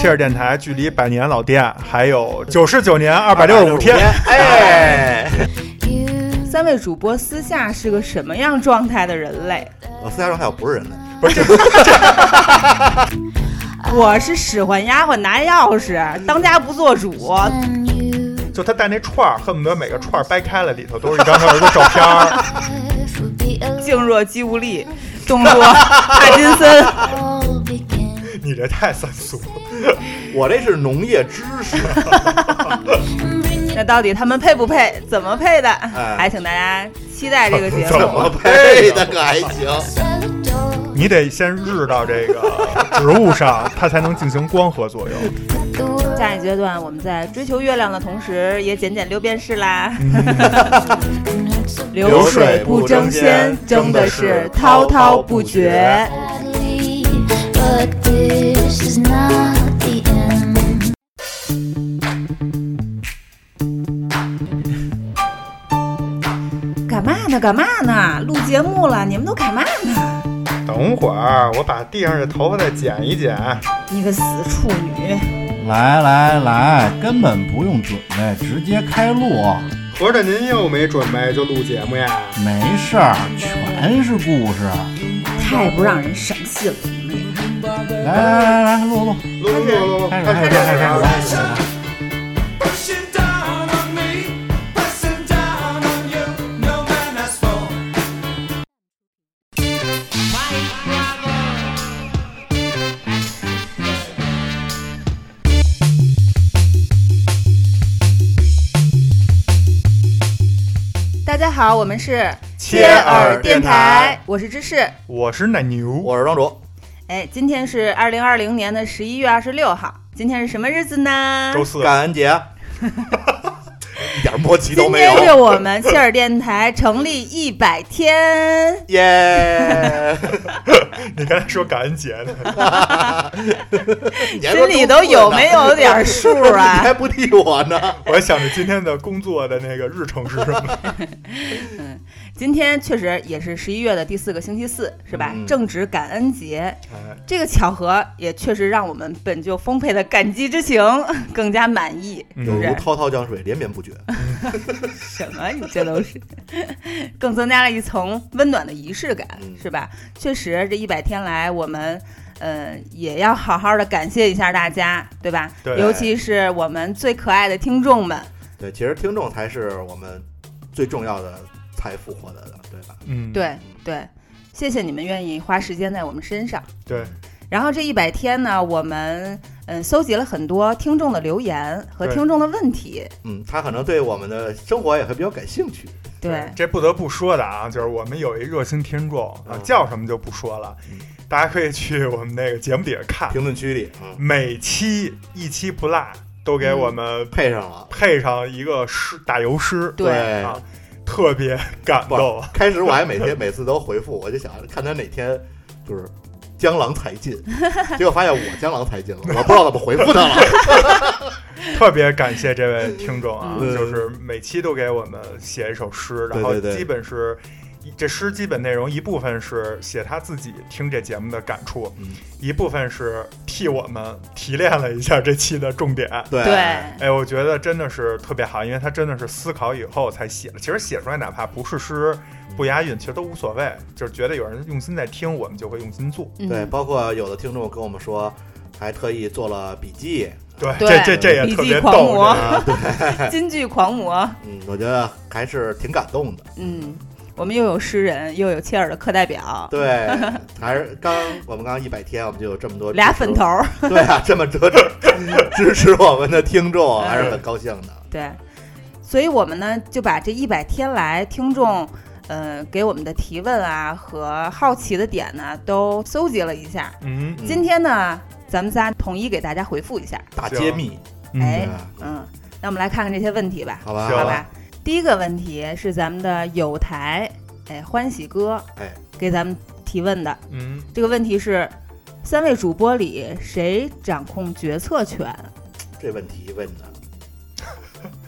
切尔电台距离百年老店还有九十九年二百六十五天。哎，三位主播私下是个什么样状态的人类？我私下说还有不是人类，我是使唤丫鬟拿钥匙，当家不做主。 就他带那串儿，恨不得每个串儿掰开了，里头都是一张他儿子照片儿。 静若肌无力，动若帕金 森。你这太三俗了。我这是农业知识。那到底他们配不配？怎么配的？还请大家期待这个节怎哎怎目。么配的可还行？你得先日到这个植物上，它才能进行光合作用。下一阶段，我们在追求月亮的同时，也捡捡六便士啦。嗯流水不争先争的是滔滔不绝。 But this is not the end. 干嘛呢？干嘛呢？录节目了，你们都干嘛呢？等会儿我把地上的头发再剪一剪。你个死处女！来来来，根本不用准备，直接开录，合着您又没准备就录节目呀？没事儿，全是故事。太不让人省心了。来来来来，录录，录录录录，开始开始开始开始开始。 Pushing down on me, pressing down on you, no man has fallen. 大家好，我们是切耳电台，我是芝士。我是奶牛，我是庄主，哎，今天是二零二零年的十一月二十六号，今天是什么日子呢？周四。感恩节，一点默契都今没天是有，我们切尔电台成立一百天，耶！你刚才说感恩 节呢？心心里都有没有点儿数你啊还？不替我呢？我还想着今天的工作的那个日程是什么？今天确实也是十一月的第四个星期四，是吧？嗯正值感恩节，哎这个巧合也确实让我们本就丰沛的感激之情更加满意，是不嗯有是？如滔滔江水连绵不绝， 什么？你这都是，更增加了一层温暖的仪式感，嗯是吧？确实，这一百天来，我们呃也要好好的感谢一下大家，对吧？对尤其是我们最可爱的听众们，对，其实听众才是我们最重要的财富获得的，对吧？嗯，对对，谢谢你们愿意花时间在我们身上。对，然后这一百天呢，我们嗯搜集了很多听众的留言和对听众的问题，嗯，他可能对我们的生活也会比较感兴趣。对。这不得不说的啊，就是我们有一热心听众啊，嗯叫什么就不说了嗯，大家可以去我们那个节目底下看，评论区里，嗯，每期一期不落，都给我们配上了。配上一个诗打油诗，对啊，特别感不动。开始我还每天每次都回复，我就想看他哪天就是江郎才 尽，结果发现我江郎才尽了，我不知道怎么回复他 了。特别感谢这位听众啊，嗯就是每期都给我们写一首诗，对然后对对基本是。这诗基本内容一部分是写他自己听这节目的感触，嗯一部分是替我们提炼了一下这期的重点。对对，哎，我觉得真的是特别好，因为他真的是思考以后才写的。其实写出来哪怕不是诗、不押韵，其实都无所谓，就是觉得有人用心在听，我们就会用心做。嗯对，包括有的听众跟我们说，还特意做了笔记。对，对这这这也笔特记别狂逗。魔这个 金句狂魔，嗯，我觉得还是挺感动的。嗯，我们又有诗人，又有切尔的课代 表，对，还是刚我们刚一百天，我们就有这么多俩支持粉 头，儿，对啊，这么多支持我们的听众，还是很高兴的。对，所以我们呢就把这一百天来听众，呃，给我们的提问啊和好奇的点呢都搜集了一下。嗯，今天呢，咱们仨统一给大家回复一下。大揭秘，嗯哎啊，嗯，那我们来看看这些问题吧，好吧，行好吧？第一个问题是咱们的友台，哎，欢喜哥，哎，给咱们提问的嗯，这个问题是。三位主播里谁掌控决策权？这问题问的，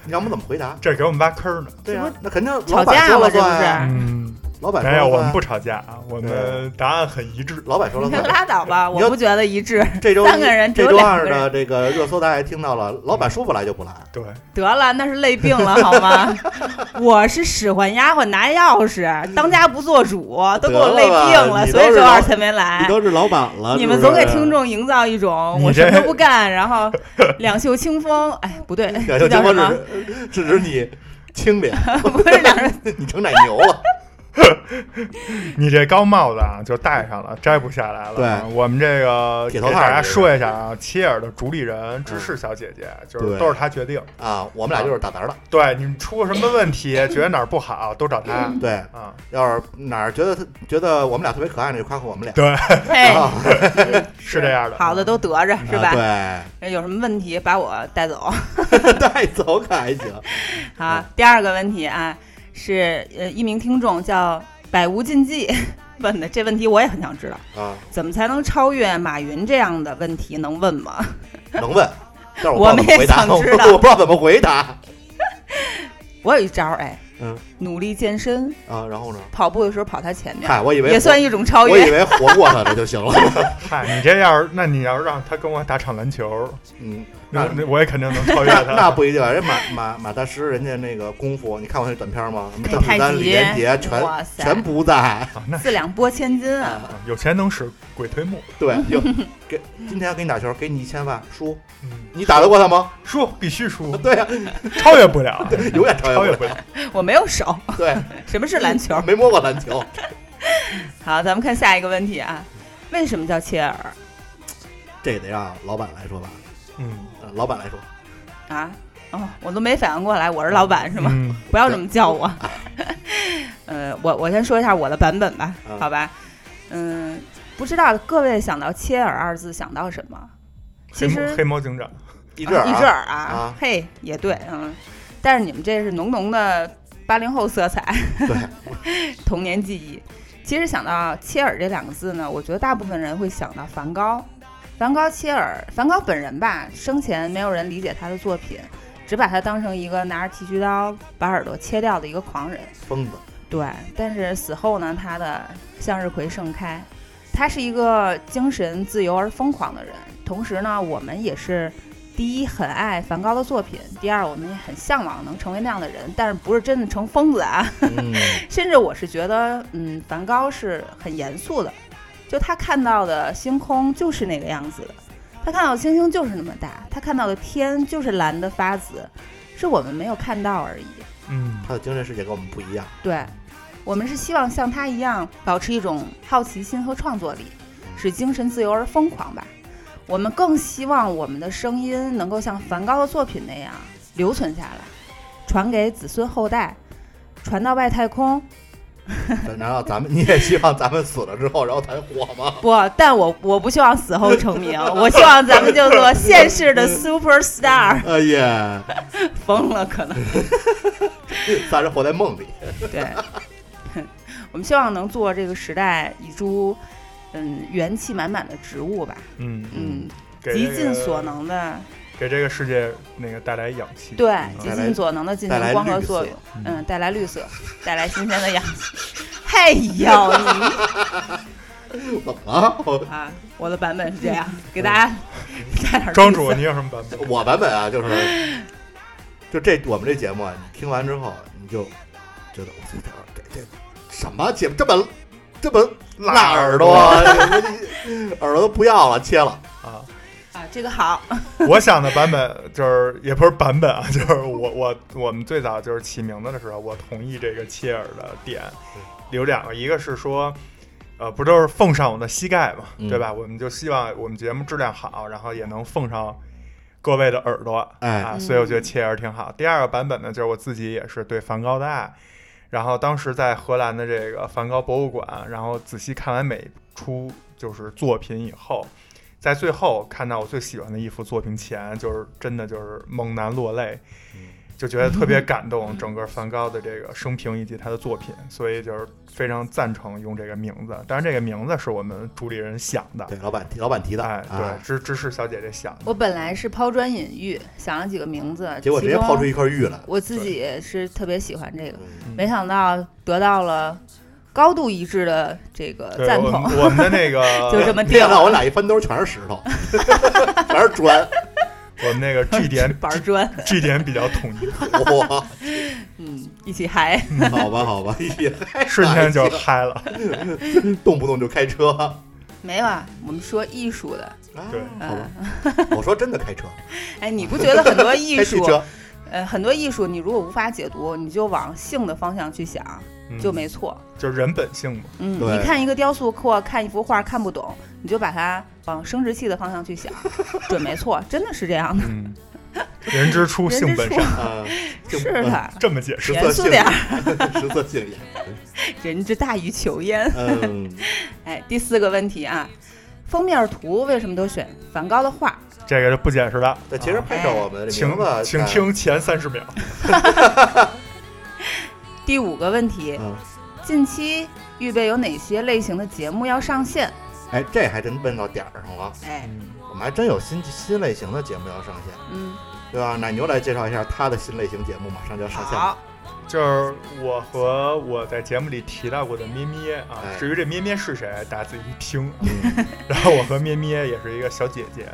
你让我们怎么回答？这给我们挖坑呢。对啊，那肯定吵老板架说了了是不算呀。是？嗯，老板说没有，了我们算不吵架啊，我们答案很一致。老板说了你算。拉倒吧，你要我不觉得一致。这周一 三个人只这有周两二个的人，这个热搜大家也听到了，老板说不来就不来。对，得了，那是累病了好 吗？我是使唤丫鬟拿钥匙，当家不做主，都给我累病嗯得了吧了，你所以都是周老二才没来你。都是老板了，哎你们是不总是给听众营造一种你我什么这都不干，然后两袖 清风，哎，不对，两这袖叫清什风么？ 只是只是你清廉，不是两人， 你成奶牛了。你这高帽子啊，就戴上了，摘不下来了啊。我们这个铁给头套大家这是说一下啊，切尔的主理人芝士小姐姐，就是对都是她决定。啊，我们俩就是打杂的。对，你们出了什么问题，觉得哪儿不好，都找她嗯对，啊。要是哪儿觉得他觉得我们俩特别可爱，那就夸夸我们俩。嘿，啊，是这样的哎好的都得着是吧？啊有什么问题把我带 走。对， 带走可还行。好，第二个问题啊，是呃一名听众叫百无禁忌 问的，这问题我也很想知道，啊，怎么才能超越马云这样的问题？能问吗？ 能问，但是我不知道怎么回答，我我们也想知道不知道怎么回答。我有一招哎，嗯，努力健身，啊，然后呢？跑步的时候跑他前面，嗨，我以为也算一种超我我以越。为活过他了就 行了。嗨，你这要是，那你要是让她跟我打场篮球，嗯，那那那我也肯定能超越那 那她。不一定，啊人马马马大师人家那个功夫，你看过那短片吗？什么哎甄子太丹、极李连杰全哇塞全不 在。啊那 四两拨千斤啊！啊有钱能使鬼推磨。对，就给今天给你打球，给你一千万，输，嗯，你打得过他吗？ 输必须输，对啊呀，超越不 了，永远超超越越不不了。 了。我没有手， 对，什么是篮球？没摸过篮球，好，咱们看下一个问题啊，为什么叫切尔这得让老板来说吧。嗯，呃老板来说，啊？哦，我都没反应过来，我是老板是吗？嗯？不要这么叫我。 呃，我我先说一下我的版本吧，嗯好吧？嗯，不知道各位想到切尔二字想到什么？黑其猫黑实猫警长，一致啊，一致啊儿啊，啊嘿，也对，嗯。但是你们这是浓浓的八零后色彩， 童年记忆。其实想到切尔这两个字呢，我觉得大部分人会想到梵高。梵高、切尔，梵高本人吧，生前没有人理解他的作品，只把他当成一个拿着剃须刀把耳朵切掉的一个狂人。疯子，对，但是死后呢，他的向日葵盛开。他是一个精神自由而疯狂的人，同时呢，我们也是第一很爱梵高的作品，第二我们也很向往能成为那样的人，但是不是真的成疯子啊？ 嗯，甚至我是觉得，嗯，梵高是很严肃的，就他看到的星空就是那个样子的，他看到的星星就是那么大，他看到的天就是蓝的发紫，是我们没有看到而已。嗯，他的精神世界跟我们不一样。对，我们是希望像他一样保持一种好奇心和创作力，使精神自由而疯狂吧。我们更希望我们的声音能够像梵高的作品那样留存下来，传给子孙后代，传到外太空。难道咱们你也希望咱们死了之后，然后才火吗？不，但我我不希望死后成名，我希望咱们叫做现世的 super star。 哎呀，疯了，可能。 咱是活在梦里。对， 我们希望能做这个时代一株嗯元气满满的植物吧。嗯，嗯，给极这尽个所，能的，给这个世界那个带来氧气。对，嗯极来尽所能的进带来行光合绿作色用，嗯，带来绿色，带来新鲜的氧气。嘿 呦，你怎么了？ 我啊，我的版本是这样，给大家嗯 加点儿庄绿主，色你有什么版本？我版本啊，就是就这我们这节目啊，你听完之后你就觉得我操这这这什么节目这么这么辣耳朵， 耳朵不要了，切了。啊，啊，这个好， 我想的版本就是也不是版本啊， 就是我我我们最早就是起名字的时候，我同意这个切尔的点，有两个，一个是说。呃，不都是奉上我的膝盖嘛，嗯对吧？我们就希望我们节目质量好，然后也能奉上各位的耳朵，哎啊，嗯所以我觉得切尔挺好。第二个版本呢，就是我自己也是对梵高的爱，然后当时在荷兰的这个梵高博物馆，然后仔细看完每出就是作品以后，在最后看到我最喜欢的一幅作品前，就是真的就是猛然落泪，嗯就觉得特别感嗯动，整个梵高的这个生平以及他的作品，所以就是非常赞成用这个名字。当然，这个名字是我们主理人想的，对，老板提老板提的，哎，啊对，芝芝士小姐姐想的，我本来是抛砖引玉，想了几个名字，结果直接其中抛出一块玉来。我自己是特别喜欢这个，嗯没想到得到了高度一致的这个对赞我同，们我们的那个 就这么定别了。让我俩一翻兜全是石 头，全是砖，我们那个 G 点板儿砖， G 点比较统一，哇，嗯，一起嗨，好吧哎好吧，也太嗯 瞬间就嗨了。动不动就开车，啊 没有啊，我们说艺术的， 对好吧嗯，， 我说真的开车，哎，你不觉得很多艺开汽术，车，呃，很多艺术你如果无法解读，你就往性的方向去想，嗯就没错。就是人本性嘛，嗯，对你看一个雕塑或看一幅画看不懂，你就把它往生殖器的方向 去想，准没错，真的是这样的。嗯，人之初人性之本初善，嗯，就是的，这么解释。食色严肃性点 也，食色性 也，人之大于求焉。嗯，哎，第四个问题啊，封面图为什么都选梵高的画？这个就不解释啊了。那其实配上我们的请名字，哦请哎，听前三十秒。第五个问题，嗯，近期预备有哪些类型的节目要上线？哎，这还真问到点儿上了，哎，我们还真有新新类型的节目要上线，嗯，对吧？奶牛来介绍一下他的新类型节目，马上就要上线了。好， 就是我和我在节目里提到过的咩咩啊哎，至于这咩咩是谁，大家自己去听。啊嗯 然后我和咩咩也是一个小姐姐，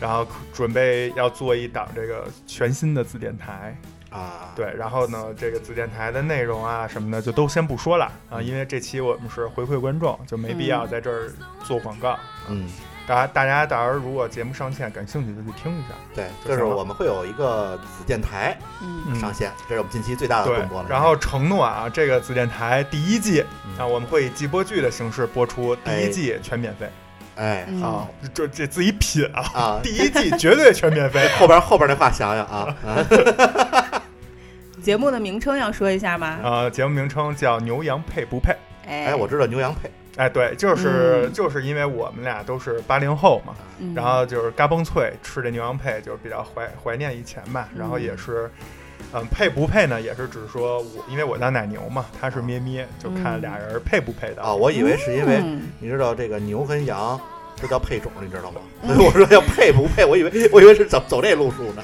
然后准备要做一档这个全新的自电台，啊，对，然后呢，这个自电台的内容啊什么的就都先不说了啊，因为这期我们是回馈观众，就没必要在这儿做广告。嗯，大家大家到时候如果节目上线感兴趣的去听一下，对，就就是行了我们会有一个子电台嗯，上线，这是我们近期最大的对动播了。，然后承诺啊，这个自电台第一季嗯啊，我们会以季播剧的形式播出，第哎一季全免费啊哎，嗯好这这自己品啊，啊，第一季绝对全免 。费后边后边那话想想啊，啊嗯节目的名称要说一下吗？呃，节目名称叫《牛羊配不配》。哎，哎，我知道牛羊配，哎，对，就是、嗯就是因为我们俩都是八零后嘛，嗯然后就是嘎嘣脆吃这牛羊配，就是比较怀怀念以前吧。然后也是，嗯，配不配呢？也是只是说我，因为我叫奶牛嘛，他哦是咩咩，就看俩人配不配的。啊，我以为是因为嗯你知道这个牛跟羊。这叫配种，你知道吗？所 嗯以我说要配不配，我以为我以为是走走这路数呢。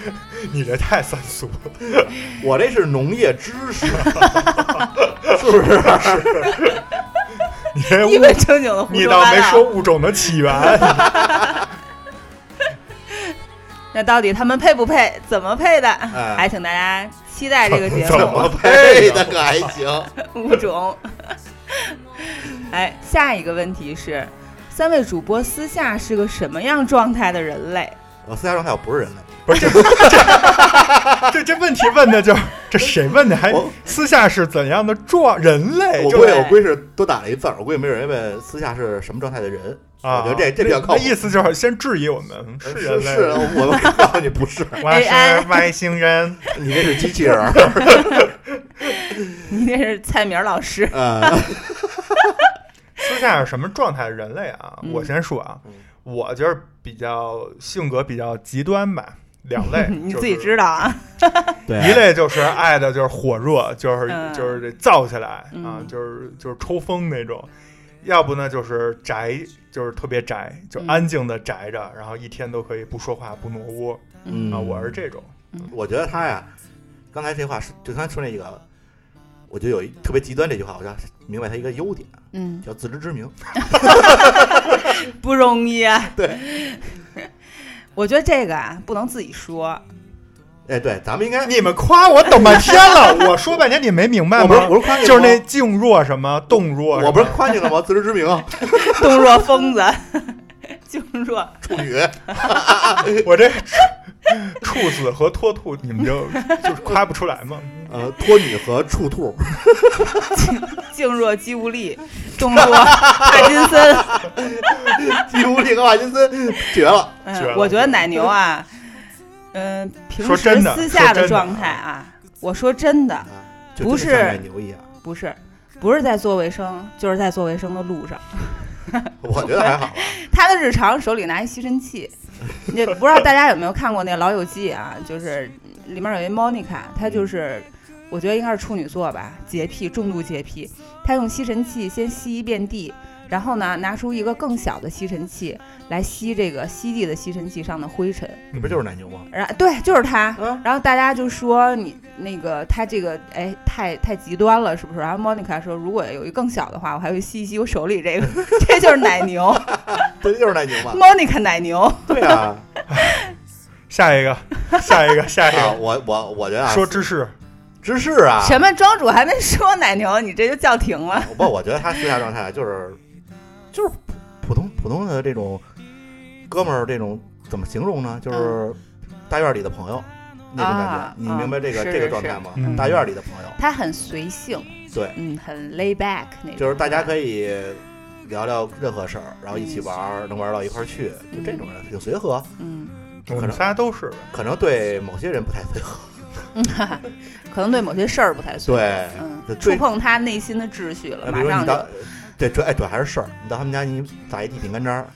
你这太三俗了。我这是农业知识， 是不是？你这 一物，本正经的胡你说倒八没说道。物种的起源。 那到底他们配不配？怎么配的？哎还请大家期待这个节啊怎目么我 配的可还行。物种。 哎，下一个问题是，三位主播私下是个什么样状态的人类？ 我私下状态我不是人类，不是这这这这问题问的就这谁问的还我私下是怎样的状人类？我就估计对我估计是多打了一字儿，我估计没有人问私下是什么状态的人。啊，我觉得这这比较靠那谱。嗯意思就是先质疑我们是啊人类是，啊吗，我 们告诉你不是，我是 AI 外星人。你这是机器人儿。你那是蔡明老师。嗯私下是什么状态的人类啊？嗯，我先说啊嗯，我就是比较性格比较极端吧，两类 你就自己是知道啊，对一类就是爱的就是火热，就是、嗯就是得燥起来、啊嗯，就是就是抽风那种；要不呢就是宅，就是特别宅，就嗯安静的宅着，然后一天都可以不说话不挪窝、嗯啊。我是这种，我觉得他呀，刚才这话是就刚才说那个，我就有一特别极端这句话，我就明白他一个优点，嗯，叫自知之明。不容易啊。对， 我觉得这个啊不能自己说，哎，对，咱们应该，你们夸我等半天 了，我说半天你没明白我不是吗？我是夸你了吗，就是那静若什么动若什么，我不是夸你了吗？自知之明，动若疯子， 静若处女， 我这处子和脱兔，你们就就是夸不出来 吗？呃，托女和处 兔，静若肌 无力，动若帕金森。吉姆里和瓦金森绝了。绝了嗯，我觉得奶牛啊， 嗯、平说时真的私下说真的状态啊，我说真的啊就不真的像奶是牛一样，不是，不是在做卫生，就是在做卫生的路上。我觉得还好吧。啊他的日常手里拿一吸尘器，也不知道大家有没有看过那《老友记》啊，就是里面有一 Monica，她嗯就是。我觉得应该是处女座吧，洁癖，重度洁癖。她用吸尘器先吸一遍地，然后呢，拿出一个更小的吸尘器来吸这个吸地的吸尘器上的灰尘。你不就是奶牛吗？然对，就是它。啊，然后大家就说你那个他这个哎太太极端了，是不是？然后 Monica 说，如果有一更小的话，我还会吸一吸我手里这个， 这就是奶牛这就是奶牛 嘛。 ，Monica 奶牛。对啊，下一个，下一个，下一啊，个，我我我觉得啊，说芝士，芝士啊，什么庄主还没说奶牛，你这就叫停了。 不，我觉得他私下状态就是就是普普通普通的这种哥们儿，这种怎么形容呢？就是大院里的朋友那种感觉嗯啊。你明白这个啊这个是状态吗是？大院里的朋友，他很随性，对，嗯，很 lay back 那种。就是大家可以聊聊任何事儿，然后一起玩儿，能玩到一块儿去，就这种人挺随和。嗯，我们仨都是呗。可能对某些人不太随 和，嗯，哈哈，可能对某些事儿不太随。对嗯，对触碰他内心的秩序了，呃比马如说上你就到，对，主哎主要还是事儿，你到他们家你打一地饼干渣 儿，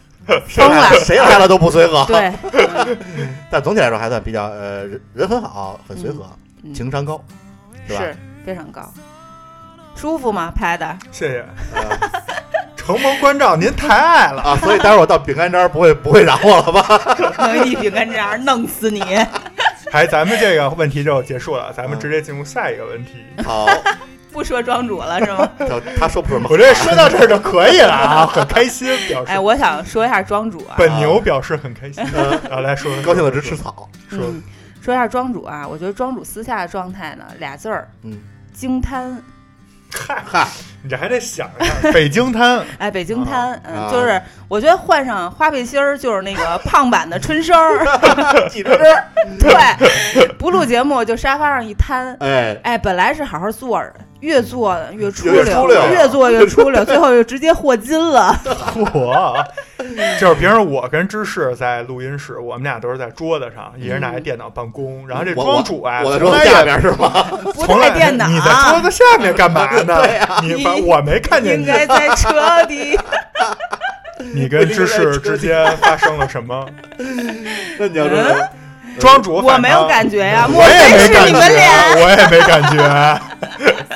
谁疯来了谁来了都不随 和。对，嗯但总体来说还算比较呃人人很好，很随和，嗯情商高， 是吧？是非常高，舒服吗？拍的谢谢，呃承蒙关照，您抬爱了。 啊，所以待会儿我到饼干渣儿不会不会嚷我了吧？ 一饼干渣弄死你！哎，咱们这个问题就结束了，咱们直接进入下一个问题。好，不说庄主 了是吗？他他说不准吗我？这说到这儿就可以了啊，很开心，表示哎，我想说一下庄主啊，本牛表示很开心。呃然后来说，高兴的直吃草，说嗯，说一下庄主啊，我觉得庄主私下的状态呢，俩字儿，嗯，京滩，嗨，嗨，你这还得想一下，北京滩，哎，北京滩，嗯，啊就是我觉得换上花背心儿，就是那 个胖版的春生儿，几只， 对，不录节目就沙发上一摊，哎，哎，本来是好好坐着，越坐越出越出溜越坐越 出溜，最后就直接霍金了。我就是平时我跟芝士在录音室，我们俩都是在桌子上，一人嗯拿一电脑办公，然后这我庄主啊，我在从桌来子也下边是吗？不从带来电脑，你在桌子下面干嘛 呢？对你你把我没看见应你，该在车底。你跟芝士之间发生了什么？ 那你要说呃庄主，我没有感觉呀、莫我也非没是感你觉们俩？，我也没感觉。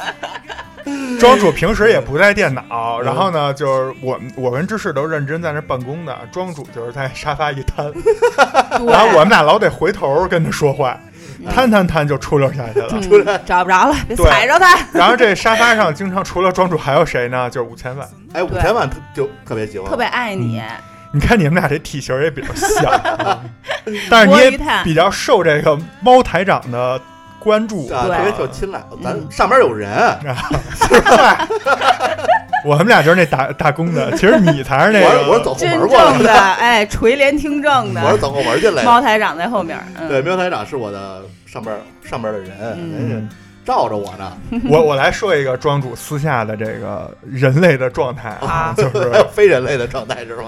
庄主平时也不带电脑，然后呢，就是我们我跟芝士都认真在那办公的，庄主就是在沙发一瘫， 然后我们俩老得回头跟他说话，瘫瘫瘫就出溜 下去了。对嗯找不着了，别对踩着它。然后这沙发上经常除了庄主还有谁呢？就是吴千万。哎五千万特就特别喜嗯欢，特别爱你，你看你们俩这体型也比较像， 但是你摸鱼也探比较受这个猫台长的关注。啊，对特别受青睐。咱嗯上边有人，我们俩就是那打打工 的，其实你才是那个。我我是走后真门过来正的的，哎，垂帘听政我是的走后门进来的。猫台长在后面。嗯对，喵台长是我的上边上边的人，嗯人家罩着我呢， 我我来说一个庄主私下的这个人类的状态啊就还是有非人类的状态是吗？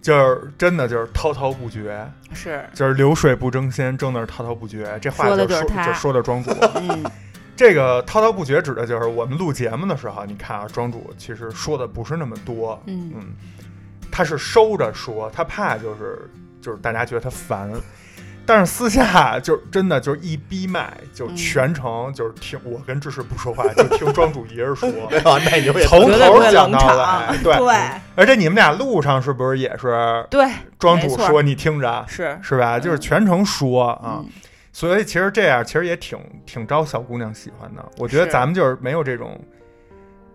就是真的就是滔滔不绝，是，就是流水不争先，正那儿滔滔不绝。这话说的就就是说他就说的庄 主。嗯，这个滔滔不绝指的就是我们录节目的时候，你看啊，庄主其实说的不是那么多，嗯他是收着说，他怕就是就是大家觉得他烦，但是私下就真的就是一逼麦，就嗯全程就是听我跟志士不说话，就听庄主一人 说。没有，那牛也从绝对不头会讲到冷尾场，，啊对嗯对而且你们俩路上是不是也是对，庄主没错说你听着啊是，是嗯吧？就是全程说啊，嗯，所以其实这样其实也挺挺招小姑娘喜欢的。我觉得是咱们就是没有这种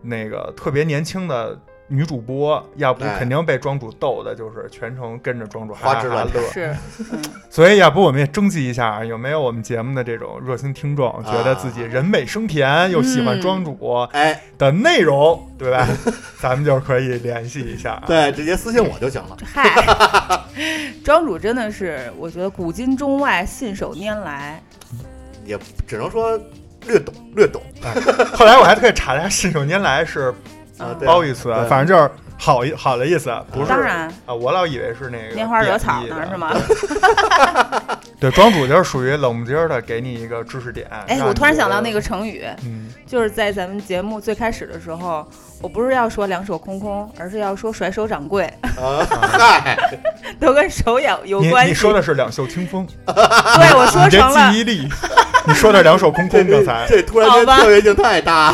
那个特别年轻的女主播，要不哎肯定被庄主逗的，就是全程跟着庄主哈花哈枝哈乱乐。是，嗯，所以要不我们也征集一下，啊有没有我们节目的这种热心听众，觉得啊自己人美声甜又喜欢嗯庄主哎，的内容，对吧？ 咱们就可以联系一下啊。对，直接私信我就行了。 嗨，庄主真的是，我觉得古今中外信手拈来，也只能说略懂略懂后来我还特意查了一下，信手拈来是啊嗯，对褒义词啊对，嗯反正就是好一好的意思，不是。当然啊，我老以为是那个拈花惹草贬义呢的是吗？对，庄主就是属于冷不丁儿的给你一个知识点。哎，让我你突然觉想得到那个，成语，嗯，就是在咱们节目最开始的时候，我不是要说两手空空，而是要说甩手掌柜，啊。嗨，都跟手有有你关系。你说的是两袖清风，对，我说你这成了记。忆 力，你说的两手空这空，刚才这突然间好吧特别性太大，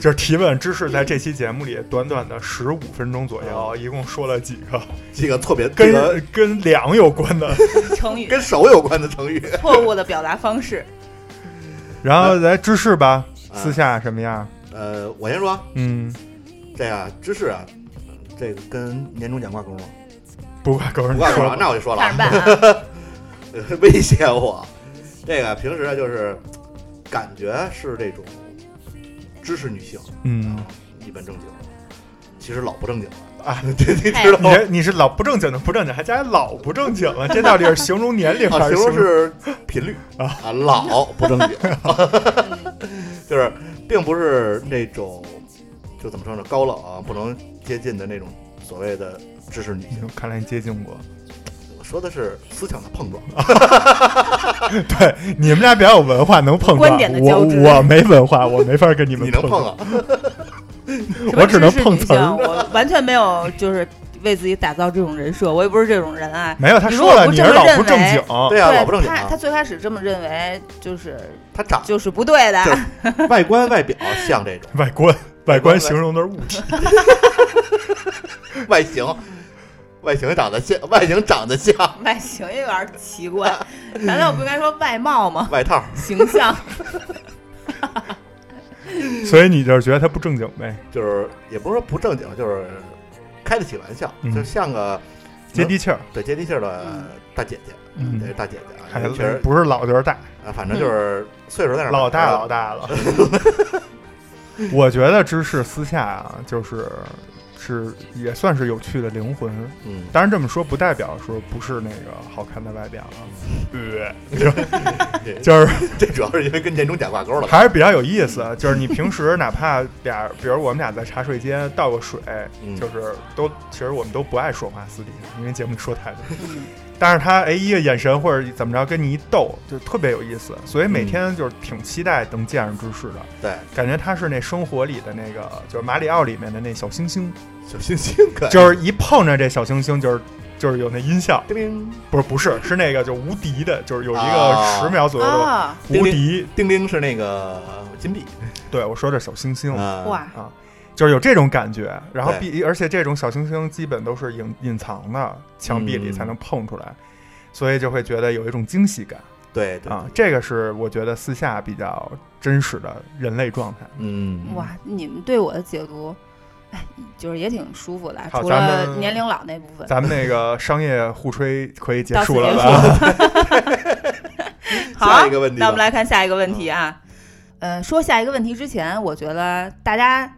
就是提问知识，在这期节目里短短的十五分钟左右，一共说了几个几个特别几哦个跟跟粮有关 的。成语跟手有关的成语，错误的表达方 式，然后来芝士吧，啊私下什么样？呃，我先说嗯，这个知识啊，这个跟年终奖挂钩吗？不挂钩，不你挂钩啊说，那我就说了看着啊， 办 啊。威胁我。这个平时啊就是感觉是这种知识女性，嗯啊，一本正经，其实老不正经了， 啊，你知道你吗？这你是老不正经的不正经，还加老不正经了，这到底是形容年龄啊，还形是容是频率啊，老不正经， 就是并不是那种就怎么说呢，高冷啊，不能接近的那种所谓的知识女性。嗯看来你接近过，我说的是思想的碰撞，啊对，你们俩比较有文化，能碰观撞点的。我交织我没文化，我没法跟你们 你能撞碰啊？什么我只能知识碰女瓷儿性我完全没有就是为自己打造这种人设，我也不是这种人啊。没有，他你说了，如果不你这是么老认不正为经，对啊，老不正经他啊他，最开始这么认为，就是他长就是不对的。就是外观外表像这种外观外外观观形容的是物体，外形，外形长得像，外形长得像， 外形也有点奇怪，难道我不应该说外貌吗？ 外套形 象所以你就是觉得他不正经呗，就是也不是说不正经，就是开得起玩笑，嗯就像个接地气儿，对接地气儿嗯的大姐姐，嗯这是大姐姐啊，还确实不是老就是大，啊，反正就是岁数在那儿摆着嗯老大老大了。 我觉得芝士私下啊，就是是也算是有趣的灵魂，嗯，当然这么说不代表说不是那个好看的外表啊，对，这 就是这主要是因为跟年终奖挂钩了。还是比较有意思。啊就是你平时哪怕俩，比如我们俩在茶水间倒个水，嗯就是都其实我们都不爱说话，私底下因为节目里说太多。但是他哎一个眼神或者怎么着跟你一斗，就特别有意思，所以每天就是挺期待能见着芝士的，对，感觉他是那生活里的那个，就是马里奥里面的那小星星，小星星可爱就是一碰着这小星星就是就是有那音效，叮铃不是不是是那个就无敌的，就是有一个啊十秒左右的啊，无敌。叮铃是那个金币对我说这小星星，啊，哇，就是有这种感觉。然后对壁，而且这种小星星基本都是隐隐藏的，墙壁里嗯才能碰出来，所以就会觉得有一种惊喜感对对，啊。这个是我觉得私下比较真实的人类状态。嗯，哇，你们对我的解读，哎，就是也挺舒服的，啊好除咱了们年龄老那部分。咱们那个商业互吹可以结到此束了结吧？好，啊下一个问题嗯吧那我们来看下一个问题啊。呃，说下一个问题之前，我觉得大家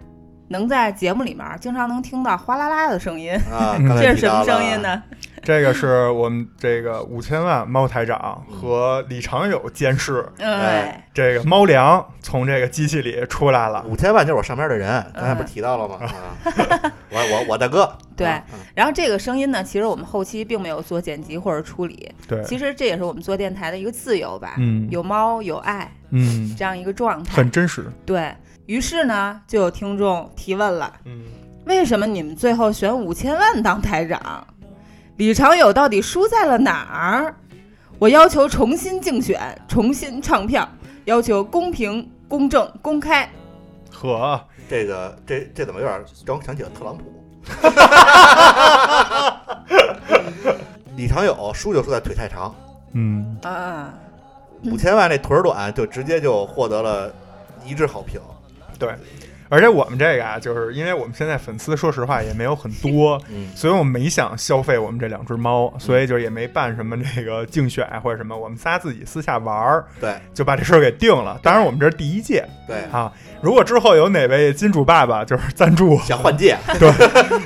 能在节目里面经常能听到哗啦啦的声音，啊，嗯刚才这是提什到么了声音？呢？ 这个是我们这个五千万猫台长和李长友监视嗯，哎这个猫粮从这个机器里出来了。啊五千万就是我上边的人，刚才不是提到 了吗？啊，我我我大哥，嗯对啊嗯然后这个声音呢，其实我们后期并没有做剪辑或者处理，对，其实这也是我们做电台的一个自由吧，嗯有猫有爱嗯，这样一个状态。很真实。对于是呢，就有听众提问了：嗯，为什么你们最后选五千万当台长？李长友到底输在了哪儿？我要求重新竞选，重新唱票，要求公平、公正、公开。和这个这这怎么有点让我想起了特朗 普？李长友输就输在腿太长，嗯啊，五千万那腿儿短就直接就获得了一致好评。，对，而且我们这个啊，就是因为我们现在粉丝说实话也没有很多嗯所以我们没想消费我们这两只猫，所以就也没办什么这个竞选啊或者什么，我们仨自己私下玩儿对就把这事儿给定了。当然我们这是第一届对，啊，如果之后有哪位金主爸爸就是赞助，想 换届，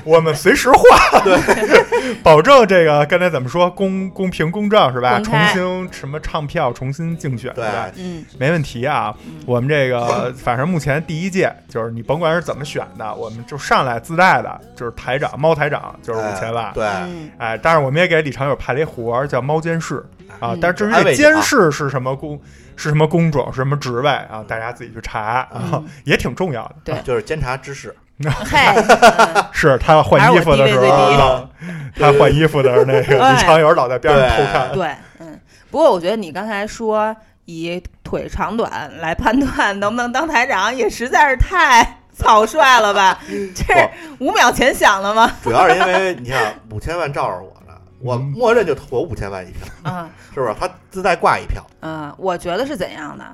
我们随时换，对，保证这个刚才怎么说公公平公正是吧？公重开新什么唱票，重新竞选对是吧？嗯，没问题啊，我们这 个反正目前第一届就是你甭管是怎么选的，我们就上来自带的就是台长猫台长就是五千万哎，对，嗯哎，但是我们也给李常友排了一活儿叫猫监视啊嗯，但是至于安慰这你啊监视是什么工是什么工种是什么职位啊，大家自己去查啊嗯， 也挺重要的。对就是监察知识， 嘿，嗯 是他要换衣服的时还是我地位最低候，啊他换 衣服的时候，那个哎李常友老在边上偷看，对，嗯。不过我觉得你刚才说以腿长短来判断能不能当台长，也实在是太草率了吧？这是五秒前想的吗？主要是因为你看五千万罩着我呢，我嗯默认就投五千万一票，啊是不是？他自带挂一票，嗯，我觉得是怎样的？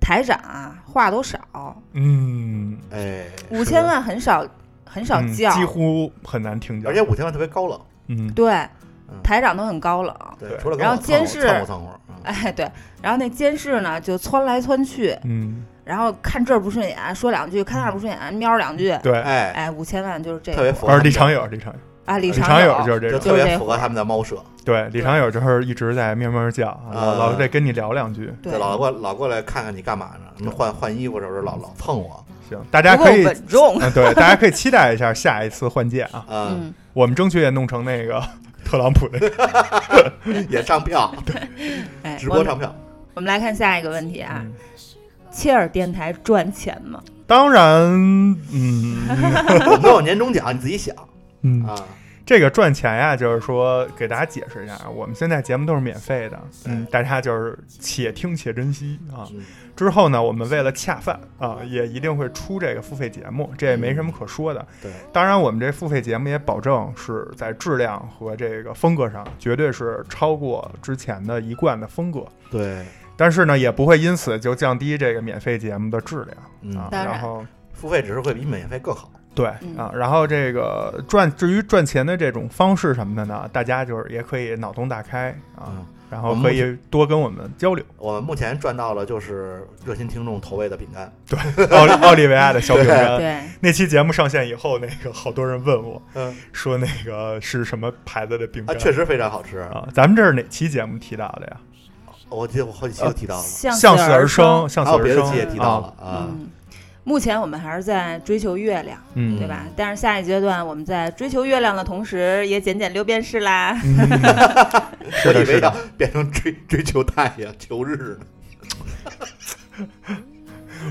台长啊，话都少，嗯，哎，五千万很少很少嗯叫，几乎很难听见而且。五千万特别高冷，嗯，对嗯，台长都很高冷。对对，除了跟然我后监视蹭活蹭活蹭活，嗯哎，对，然后那监视呢就窜来窜去，嗯，然后看这儿不顺眼说两句，看那儿不顺眼瞄两句。对，哎，哎，五千万就是这特别个符合而他李们长友，李长友，啊，李李长友就是这的，就种，特就是别这符合他们的猫舍，对，李长友就是一直在面面叫，啊老老得跟你聊两句。对就。老过老过来看看你干嘛呢？什么换换衣服这不是老老蹭我，行，大家不够可以，稳重，嗯，对，大家可以期待一下下一次换届啊，嗯，嗯，我们争取也弄成那个 特朗普的。嗯也上 票，哎，直我播们上票，我们来看下一个问题啊，嗯切尔电台赚钱吗？当然，嗯 我们都有年终奖，你自己想嗯，啊。这个赚钱呀，就是说给大家解释一下，我们现在节目都是免费的，嗯，大家就是且听且珍惜啊。嗯之后呢，我们为了恰饭啊，也一定会出这个付费节目，这也没什么可说的。对，当然，我们这付费节目也保证是在质量和这个风格上，绝对是超过之前的一贯的风格。对，但是呢，也不会因此就降低这个免费节目的质量啊。嗯，当然然后付费只是会比免费更好。对嗯啊，然后这个赚，至于赚钱的这种方式什么的呢，大家就是也可以脑洞大开啊嗯，然后我们可目以多跟我们交 流。我们目前赚到了就是热心听众投喂的饼干，奥利奥利维亚的小饼干。对，那期节目上线以后，那个好多人问我嗯，说那个是什么牌子的饼啊，干？确实非常好吃。啊，咱们这是哪期节目提到的呀？我记得我好几期都提到了，向向死而生，，向死还有而别的啊生期也提到了啊啊。嗯，目前我们还是在追求月亮，嗯，对吧？但是下一阶段，我们在追求月亮的同时，也捡捡六便士啦。嗯我是的，以为是要的，变成追追求太阳、求日呢。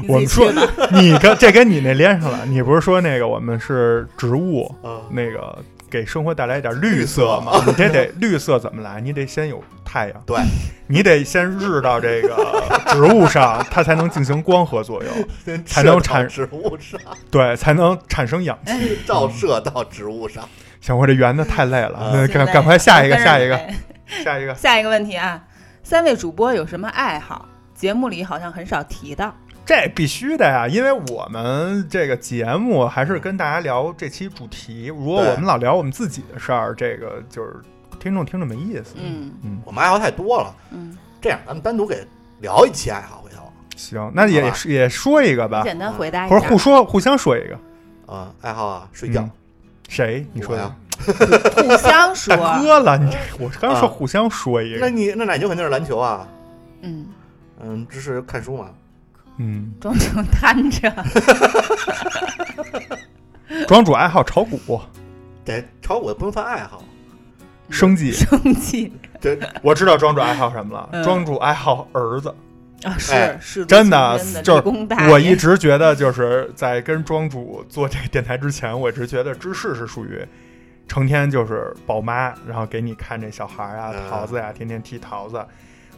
你我自己们说去吧，你跟这跟你那连上了，你不是说那个我们是植物，啊，那个给生活带来一点绿色嘛？你这得绿色怎么来？你得先有太阳，对，你得先日到这个植物上，它才能进行光合作用，才能产哎射到植 物上，对，才能产生氧气。照射到植物上。想我这圆的太累了，嗯那现在呃赶赶快下一个，跟着下一你个，呗下一个下一个问题啊，三位主播有什么爱好？节目里好像很少提到。这必须的呀，因为我们这个节目还是跟大家聊这期主题。如果对我们老聊我们自己的事儿，这个就是听众听着没意思。嗯嗯，我们爱好太多了，嗯，这样咱们单独给聊一期爱好，回头啊行，那也好吧是也说一个吧，简单回答一啊或者下互，说互相说一个。啊，爱好啊，睡觉嗯。谁？你说我的呀？ 互相说大。哥了，你这我刚说互相说一那个。你那奶牛肯定是篮球啊，嗯，嗯，这是看书嘛。嗯，庄主摊着，庄主爱好炒股、得炒股不用算爱好，生计。生气 这 我知道庄主爱好什么了，嗯庄主爱好儿子。啊！哎是是，真的就是理工大爷，我一直觉得，就是在跟庄主做这个电台之前，我一直觉得芝士是属于成天就是宝妈，然后给你看这小孩儿啊、嗯桃子呀、天天踢桃子。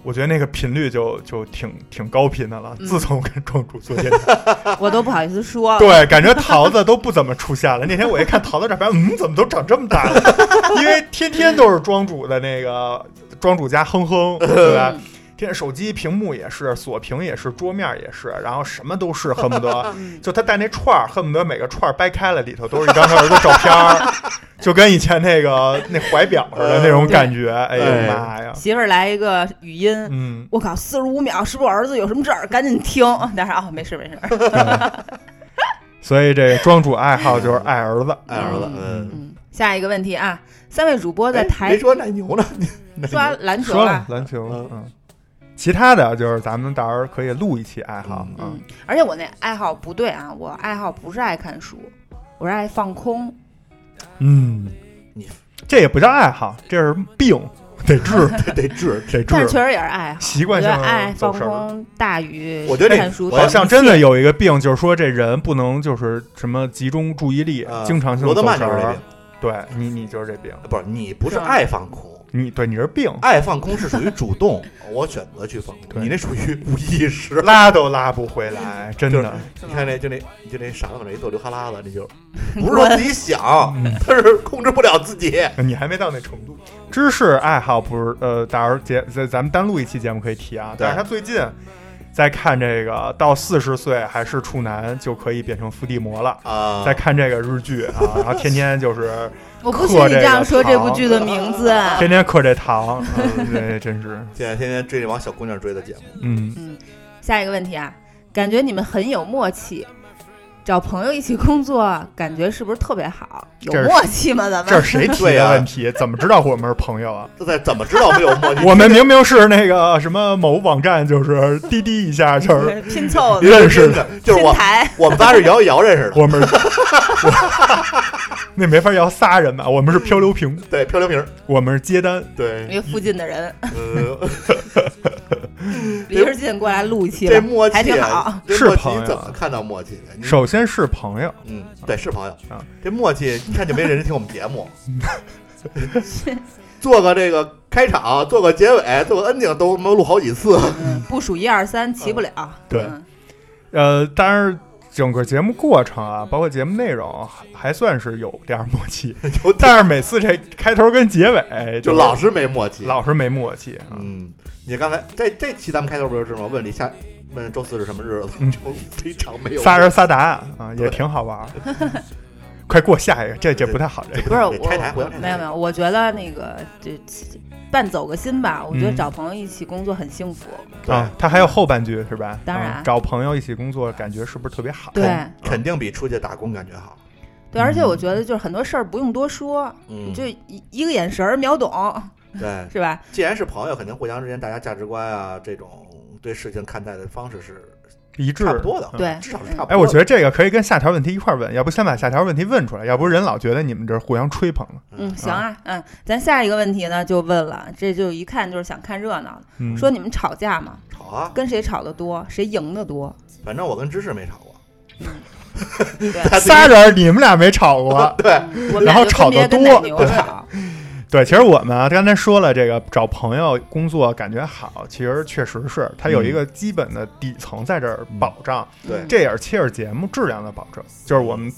我觉得那个频率就就挺挺高频的了。嗯自从跟庄主做电台，我都不好意思 说。对，感觉桃子都不怎么出现了。那天我一看桃子照片，嗯，怎么都长这么大了？ 因为天天都是庄主的那个庄主家哼哼，对吧？嗯，天天手机屏幕也是，锁屏也是，桌面也是，然后什么都是，恨不得。 嗯，就他带那串儿，恨不得每个串儿掰开了，里头都是一张他儿子照片儿，就跟以前那个那怀表似的那种感觉。哎对呦妈呀！媳妇儿来一个语音。嗯，我靠，四十五秒，是不是我儿子有什么事儿？赶紧听。但是啊、没事没事。所以这个庄主爱好就是爱儿子。爱儿子，嗯嗯，嗯，下一个问题啊，三位主播在哎台没说奶牛呢， 奶抓牛篮球说了啊，篮球，嗯嗯，其他的啊就是咱们到时候可以录一期爱好啊嗯，而且我那爱好不对啊，我爱好不是爱看书，我是爱放空。嗯，你这也不叫爱好，这是病， 得 治，得治。得但是治。确实也是爱好，习我惯觉性得爱放走神儿。空大于我觉得这看书。我好像真的有一个病，就是说这人不能就是什么集中注意力，啊经常性啊罗走德曼神就是这儿病。，对你，你就是这病。不是你不是是吗啊爱放空，你对你是病，爱放空是属于主动， 我选择去放空，对你那属于无意识。拉都拉不回来，真就是的。你看那就那你就那傻子往那一坐流哈喇子，那 就不是说自己想，嗯他是控制不了自己。你还没到那程度，知识爱好不是呃，到时候节咱咱们单录一期节目可以提啊。对但是他最近在看这个，到四十岁还是处男就可以变成伏地魔了。啊，在看这个日剧啊，然后天天就是我不许你这样说这部剧的名 字。天天嗑这糖，嗯对，真是，现在天天追那帮小姑娘追的节目，嗯，嗯，下一个问题啊，感觉你们很有默契，找朋友一起工作，感觉是不是特别好？有这是默契吗？咱们这是谁提对的啊问题？怎么知道我们是朋友啊？这在怎么知道没有默 契？我们明明是那个什么某网站，就是滴滴一下，就是 拼凑的认识的，就是拼我台， 我们仨是摇一摇认识的，我们是， 那没法摇仨人吧？我们是漂流瓶，对漂流瓶，我们是接单，对，因为附近的 人呃，离着近过来录一期吧这默还契挺啊好。，这是默契朋友你怎么看到默契的？嗯你首先是朋友，嗯，对，是朋友啊。这默契，一看就没人听我们节 目。做个这个开场，做个结尾，做个 ending 都他妈录好 几次。嗯，不数一二三齐不了。对嗯呃，但是整个节目过程嗯啊，包括节目内容，还还算是有点儿默契， 有点但是每次这开头跟结尾就老是没默契。老是没默契啊。嗯，你刚才这这期咱们开头不就是吗？问李夏，问周四是什么日子，嗯就非常没有。仨人仨答案啊，也对挺好玩儿。 快过下一个，这这不太好，这个不是得我拆台，我回来没有没有，我觉得那个这半走个心吧，我觉得嗯找朋友一起工作很幸福。对啊，他还有后半句是吧？当然啊找朋友一起工作，感觉是不是特别好？对肯定比出去打工感觉好。对，而且我觉得就是很多事儿不用多说，嗯，就一一个眼神儿秒懂，对，是吧？既然是朋友，肯定互相之间大家价值观啊，这种对事情看待的方式是一致差不多的，对至少是差不多的。哎，我觉得这个可以跟下条问题一块儿问，要不先把下条问题问出来，要不人老觉得你们这是互相吹捧了。嗯，行啊，嗯，咱下一个问题呢就问了，这就一看就是想看热闹的，嗯，说你们吵架嘛，吵啊，跟谁吵得多，谁赢得多？反正我跟芝士没吵过。嗯 对，仨人你们俩没吵过，对，我然们俩后就吵分别得跟多奶牛吵，嗯对，其实我们啊，刚才说了，这个找朋友工作感觉好，其实确实是它有一个基本的底层在这儿保障，对这也是切尔节目质量的保证。就是我们，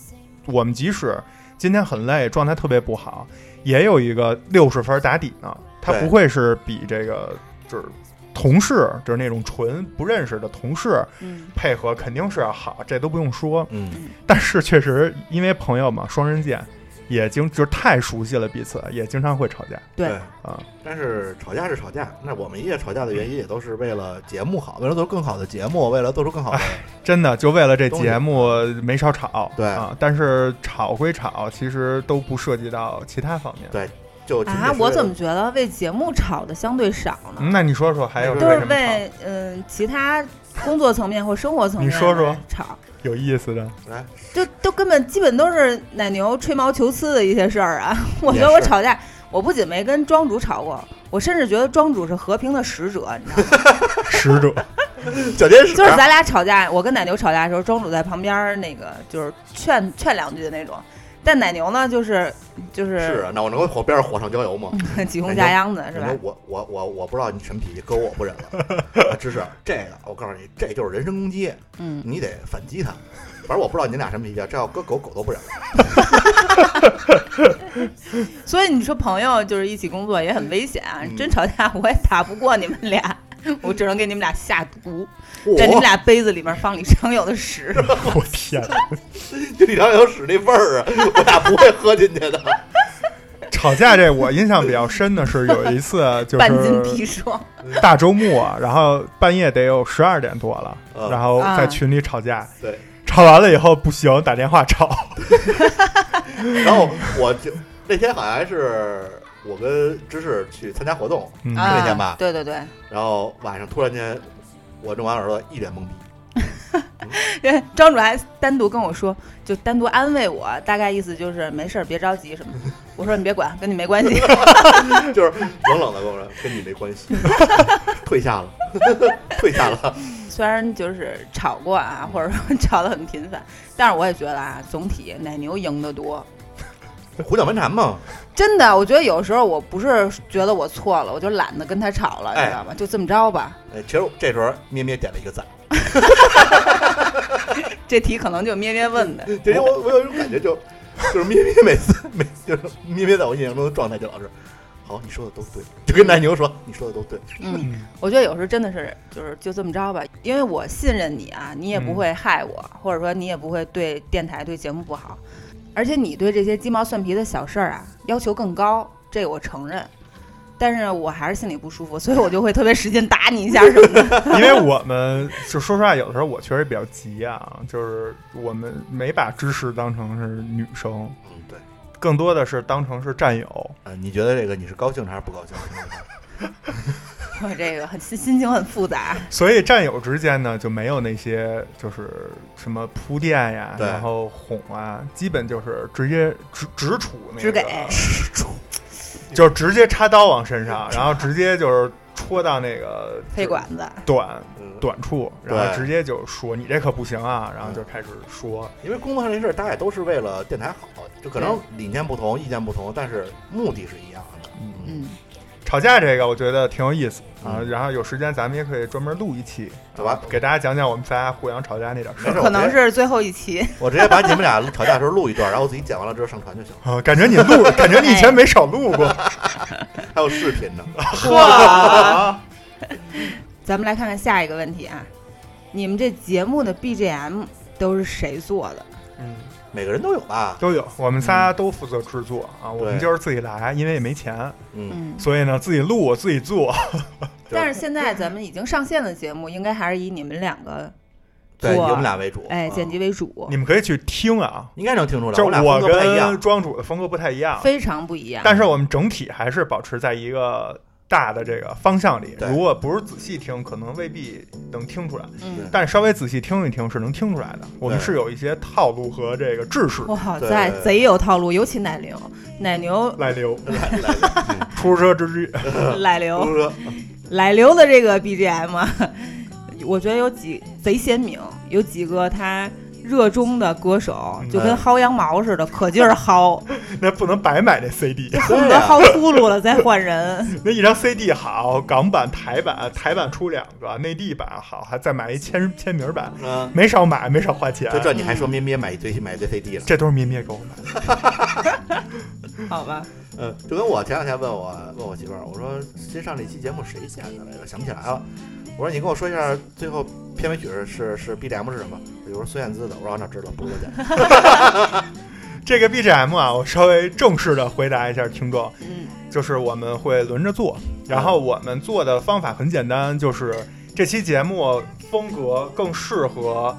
我们即使今天很累，状态特别不好，也有一个六十分打底呢。它对不会是比这个就是同事，就是那种纯不认识的同事嗯，配合，肯定是要好，这都不用说。嗯，但是确实因为朋友嘛，双刃剑，也经就是太熟悉了彼此，也经常会吵架。对，啊，但是吵架是吵架，那我们一夜吵架的原因也都是为了节目好，为了做出更好的节目，为了做出更好的。真的就为了这东西节目没少吵，对啊，但是吵归吵，其实都不涉及到其他方面。对就啊，我怎么觉得为节目吵的相对少呢？嗯那你说说还有都为是什么吵为嗯、其他工作层面或生活层面你说说吵，有意思 的？来？就都根本基本都是奶牛吹毛求疵的一些事儿啊。 我觉得也我是吵架，我不仅没跟庄主吵过，我甚至觉得庄主是和平的使者，你知道吗？使者， 小天使就是啊咱俩吵架，我跟奶牛吵架的时候，庄主在旁边儿那个就是劝劝两句的那种，但奶牛呢就是就是是 啊，那我能火边上火上浇油吗？挤红架秧子是吧反正？我我我我不知道你什么脾气，哥我不忍 了。啊芝士，这个我告诉你，这就是人身攻击，嗯，你得反击他。反正我不知道你俩什么脾气，这要搁狗狗都不 忍了。所以你说朋友就是一起工作也很危险啊，嗯真吵架我也打不过你们俩，我只能给你们俩下毒，哦在你们俩杯子里面放李商友的屎。我天哪，就李长有屎那味儿啊，我俩不会喝进去的。吵架这我印象比较深的是有一 次就半斤砒是霜，大周末，然后半夜得有十二点多了，嗯然后啊在群里吵架，对，吵完了以后不行，打电话吵，然后我就那天好像还是我跟芝士去参加活动，嗯那天吧啊对对 对，然后晚上突然间我弄完耳朵一脸懵逼，对张主还单独跟我说，就单独安慰我，大概意思就是没事儿，别着急什么的。我说你别管，跟你没关系。 就是冷冷的跟我说跟你没关系， 退下了， 退下了。虽然就是吵过啊，或者说 吵得很频繁，但是我也觉得啊，总体奶牛赢得多。胡搅蛮缠嘛，真的，我觉得有时候我不是觉得我错了，我就懒得跟他吵了，哎你知道吗？就这么着吧。哎，其实这时候咩咩点了一个赞，这题可能就咩咩问的， 对，因为我我有一种感觉就，就是咩咩每次每就是咩咩在我印象中的状态就老是，好，你说的都对，就跟奶牛说你说的都对，嗯，嗯我觉得有时候真的是就是就这么着吧，因为我信任你啊，你也不会害我，或者说你也不会对电台对节目不好，而且你对这些鸡毛蒜皮的小事儿啊要求更高，这个我承认，但是我还是心里不舒服，所以我就会特别使劲打你一下什么 的。 因为我们就说实话，有的时候我确实比较急啊，就是我们没把芝士当成是女生，嗯，对，更多的是当成是战友。呃，你觉得这个你是高兴还是不高兴？我这个很心心情很复杂，所以战友之间呢，就没有那些就是什么铺垫呀，对然后哄啊，基本就是直接直直处那个，只给就是直接插刀往身上，然后直接就是戳到那个黑管子。短 嗯，短处，然后对直接就说你这可不行啊，然后就开始说，因为工作上这事儿，大家也都是为了电台好，就可能理念不同、意见不同，但是目的是一样的。嗯，嗯，吵架这个我觉得挺有意思啊，嗯然后有时间咱们也可以专门录一期，好吧给大家讲讲我们仨互相吵架那点事 没事儿。可能是最后一期， 我直接把你们俩吵架的时候录一段，然后我自己剪完了之后上传就行了。啊，感觉你 录，感觉你以前没少录过。还有视频呢，哎哇！咱们来看看下一个问题啊，你们这节目的 BGM 都是谁做的？嗯，每个人都有吧？ 都有，我们仨都负责制作啊，我们就是自己来，因为也没钱，嗯，嗯，所以呢自己录自己做。 但是现在咱们已经上线的节目，应该还是以你们两个对，以做我们俩为主。哎嗯剪辑为主你，们可以去听啊，应该能听出来，就是我俩风格不太一跟样。庄主的风格不太一样，非常不一样。但是我们整体还是保持在一个大的这个方向里。对如果不是仔细听，可能未必能听出来，嗯，但是稍微仔细听一听是能听出来的。我们对是有一些套路和这个制式。哇对塞，贼有套路，尤其奶 牛，奶牛，来溜，来 来，出租车之之，奶不牛，是说奶牛的这个 BGM，啊我觉得有几贼鲜明，有几个他。热衷的歌手嗯就跟薅羊毛似的，可劲儿薅， 那不能白买这 CD，啊恨不得薅秃噜了再换人。 那一张 CD 好，港版、台版，台版出两个，内地版好，还再买一签签名版，嗯，没少买，没少花钱就。这你还说咩咩买一堆买一堆 CD 了？这都是咩咩给我买的。好吧，嗯，就跟我前两天问我问我媳妇儿，我说新上这期节目谁剪的来着？想不起来了。我说你跟我说一下最后片尾曲是是是 BGM 是什么？我说孙燕姿的。我说哪知道，不是我剪的。这个 BGM 啊，我稍微正式的回答一下听众，嗯，就是我们会轮着做，然后我们做的方法很简单，就是这期节目风格更适合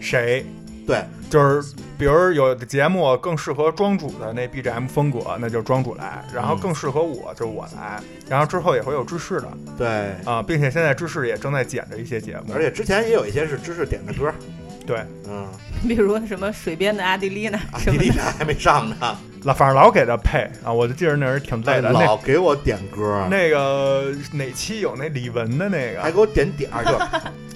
谁。对，就是比如有的节目更适合庄主的那 BGM 风格，那就庄主来；然后嗯更适合我，就是我来。然后之后也会有知识的，对，啊，并且现在知识也正在剪着一些节目，而且之前也有一些是知识点的歌。对，嗯，比如什么水边的阿迪丽娜啊，什迪么丽的，娜还没上 呢，老反正老给他配啊，我就记着那人挺累的。那哎老给我点歌，那个哪期有那李玟的那还个？给我点点儿，就是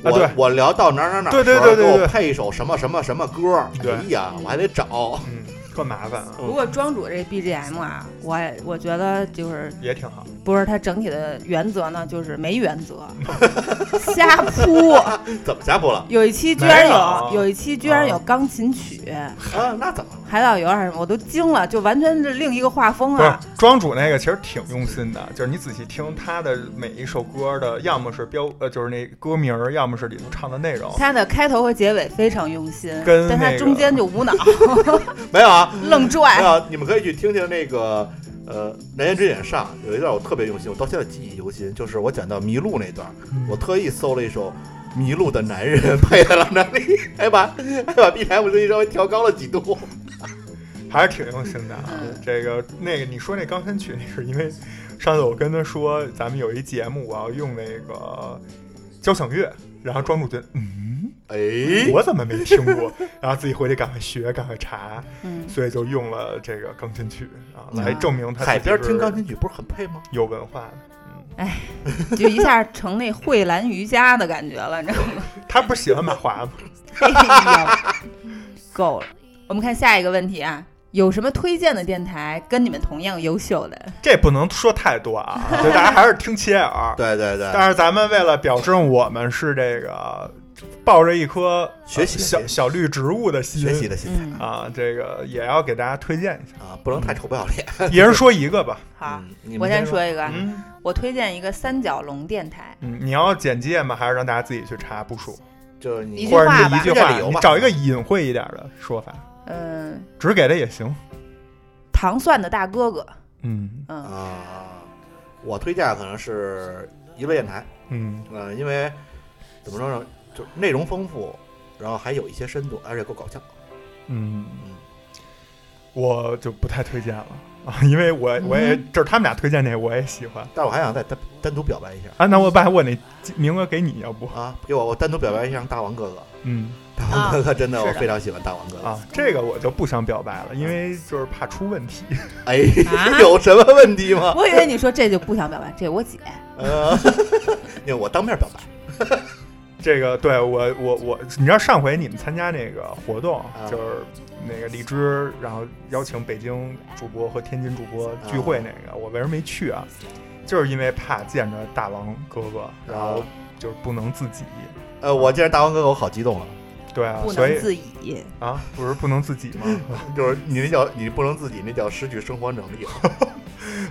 我、啊对我聊到哪儿哪儿哪儿对对时候对对给对我配一首什么什么什么歌儿，对哎呀，我还得找， 嗯，特麻烦啊，不哦过庄主这 BGM 啊，我也我觉得就是也挺好。不是它整体的原则呢，就是没原则，瞎铺。怎么下播了有一期居然没有，有啊有一期居然有钢琴曲，啊？那怎么了？海岛油还是什么，我都惊了，就完全是另一个画风不是啊。庄主那个其实挺用心的，就是你仔细听他的每一首歌的，要么是标呃就是那歌名儿，要么是里头唱的内容。它的开头和结尾非常用心，跟但它那个中间 就无脑没有啊，愣没拽。有，你们可以去听听那个呃《南言之眼》上有一段我特别用心，我到现在记忆犹新，就是我讲到麋鹿那段，我特意搜了一首。麋鹿的男人配在了哪 里？还把还把 B 台我声音稍微调高了几度。还是挺用心的啊嗯。这个那个你说那钢琴曲，那是因为上次我跟他说，咱们有一节目我要用那个交响乐，然后庄主就嗯，哎，我怎么没听 过？然后自己回去赶快学，赶快查，嗯，所以就用了这个钢琴曲啊，嗯来证明他海边自己听是钢琴曲不是很配吗？有文化的。嗯就一下成那蕙兰瑜伽的感觉了，你知道吗？他不是喜欢马华吗？ 哎呦，够了。我们看下一个问题啊，有什么推荐的电台跟你们同样优秀的？这不能说太多啊， 就大家还是听切耳。对对对，但是咱们为了表证我们是这个抱着一颗学习呃小小绿植物的心学习的心态嗯，啊，这个也要给大家推荐一下，啊，不能太臭不要脸。 一人说一个吧。好，嗯，你们我先说一个，啊嗯我推荐一个三角龙电台。嗯，你要简介吗？还是让大家自己去查步数，就是你一句或者话你吧一句推荐话，理由你吧找一个隐晦一点的说法，嗯、只给的也行。糖蒜的大哥哥，嗯嗯啊，我推荐可能是娱乐电台，嗯呃，因为怎么说呢，就是内容丰富，然后还有一些深度，而且够搞笑。嗯嗯，我就不太推荐了啊，因为我我嗯也就是他们俩推荐这，我也喜欢但我还想再单单独表白一下啊。那我把我那名额给你，要不？啊，给我我单独表白一下大王哥哥，嗯大王哥哥真的啊是我的非常喜欢大王哥哥啊。，这个我就不想表白了，因为就是怕出问题。哎啊，有什么问题吗？ 我以为你说这就不想表白，这我姐， 呃，因为我当面表白。这个对我我我，你知道上回你们参加那个活动，啊就是那个荔枝，然后邀请北京主播和天津主播啊聚会那个，我为什么没去啊？就是因为怕见着大王哥哥，然后啊就是不能自己。呃，我见着大王哥哥，我好激动啊！对啊，不所能以自已。啊，不是不能自己吗？ 就是你那叫你不能自己，那叫失去生活能力。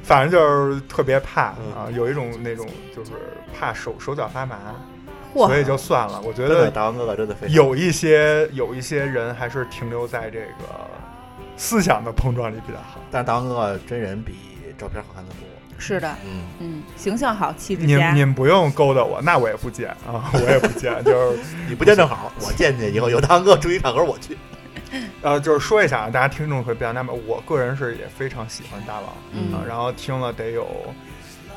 反正就是特别怕嗯啊，有一种那种就是怕手手脚发麻，嚯所以就算了。我觉真的，得大王哥哥真的非常有一些有一些人还是停留在这个思想的碰撞里比较好。但是大王哥哥真人比照片好看的多。是的，嗯，嗯，形象好，气质你佳你。们不用勾搭我，那我也不见啊， 我也不 见。就是你不见正好，我见见以后有大王哥出一场合我去。呃，就是说一下，啊，大家听众会比较纳闷，我个人是也非常喜欢大王嗯啊，然后听了得有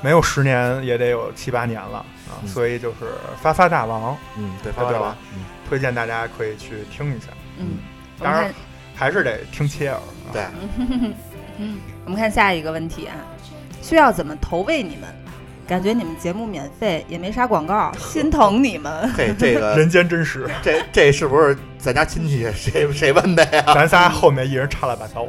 没有十年也得有七八年了啊，嗯所以就是发发大王，嗯，对，发表了嗯，推荐大家可以去听一下，嗯，我当们然看，还是得听切耳。啊对，我们看下一个问题啊，需要怎么投喂你们？感觉你们节目免费，也没啥 广告，心疼你 们。嘿，这个人间真实，这这是不是咱家亲戚谁谁问的 呀？咱仨后面一人插了把刀。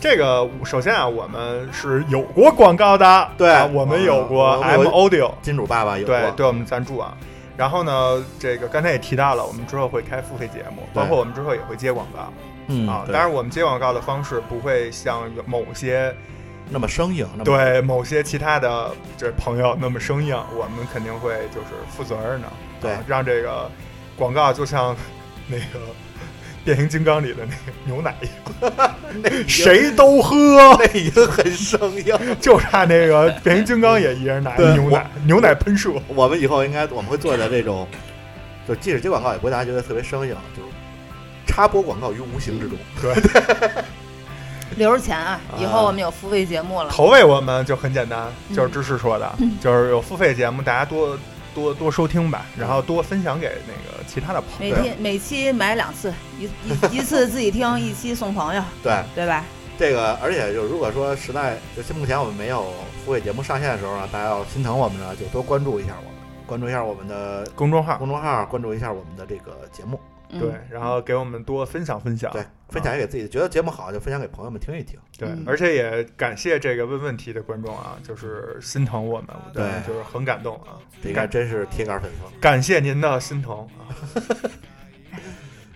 这个首先啊，我们是有过广告的，对啊我们有过我们 M 有 Audio，金主爸爸有对过对我们赞助啊。然后呢，这个刚才也提到了，我们之后会开付费节目，对包括我们之后也会接广告嗯啊。对当然，我们接广告的方式不会像有某些那么生硬，那么对某些其他的这朋友那么生硬，我们肯定会就是负责任的，对啊让这个广告就像那个 变形金刚里的那个牛奶一样，谁都喝，哦 那已经很生硬。就差那 个变形金刚也一人拿一对牛奶，牛奶喷射，我们以后应该我们会做的这种，就即使接广告也不会大家觉得特别生硬，就是插播广告于无形之中。留着钱啊，以啊后我们有付费节目了。投喂我们就很简单，嗯就是芝士说的，嗯就是有付费节目，大家多多多收听吧，然后多分享给那个其他的朋每友。天每期买两次，一 一一次自己听，一期送朋友，对，对吧？这个而且就如果说实在就现目前我们没有付费节目上线的时候呢，大家要心疼我们呢，啊就多关注一下我们，关注一下我们的公众号公众号，关注一下我们的这个节目，嗯对，然后给我们多分享分享。对，分享也给自己，觉得节目好就分享给朋友们听一听。对嗯，而且也感谢这个问问题的观众啊，就是心疼我们，我觉得对就是很感动啊，这应该感真是铁杆粉丝。感谢您的心疼啊。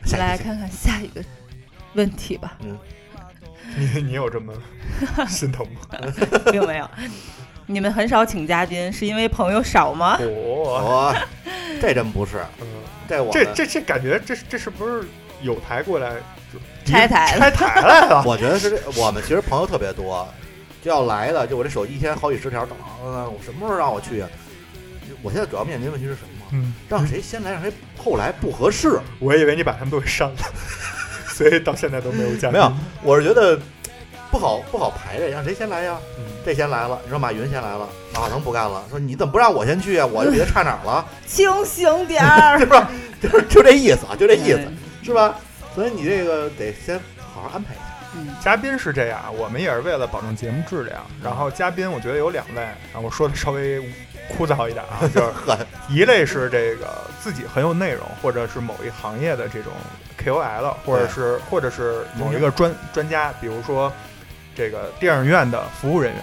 下一来期看看下一个问题吧，你你有这么心疼吗？并没有。 你们很少请嘉宾，是因为朋友少吗？我、我这真不是，嗯这我这这这感觉这这是不是有台过来就拆台拆了台来了？啊我觉得是这，我们其实朋友特别多，就要来的，就我这手机一天好几十条，等啊我什么时候让我去啊？我现在主要面临的问题是什么吗？嗯，让谁先来，让谁后来不合适。我以为你把他们都给删了， 所以到现在都没有见。没有，我是觉得不好不好排位，让谁先来呀？嗯这先来了，你说马云先来了，马化腾不干了，说你怎么不让我先去啊？我比他差哪儿了？ 清醒点儿是。吧？就是就这意思啊，就 这意思，嗯是吧？所以你这个得先好好安排一下。嗯嘉宾是这样，我们也是为了保证节目质量。然嗯后嘉宾我觉得有两类，啊，我说的稍微枯燥一点 啊，就是一类是这个自己很有内容，或者是某一行业的这种 KOL，或者对是或者是某一个专专家，比如说这个电影院的服务人员，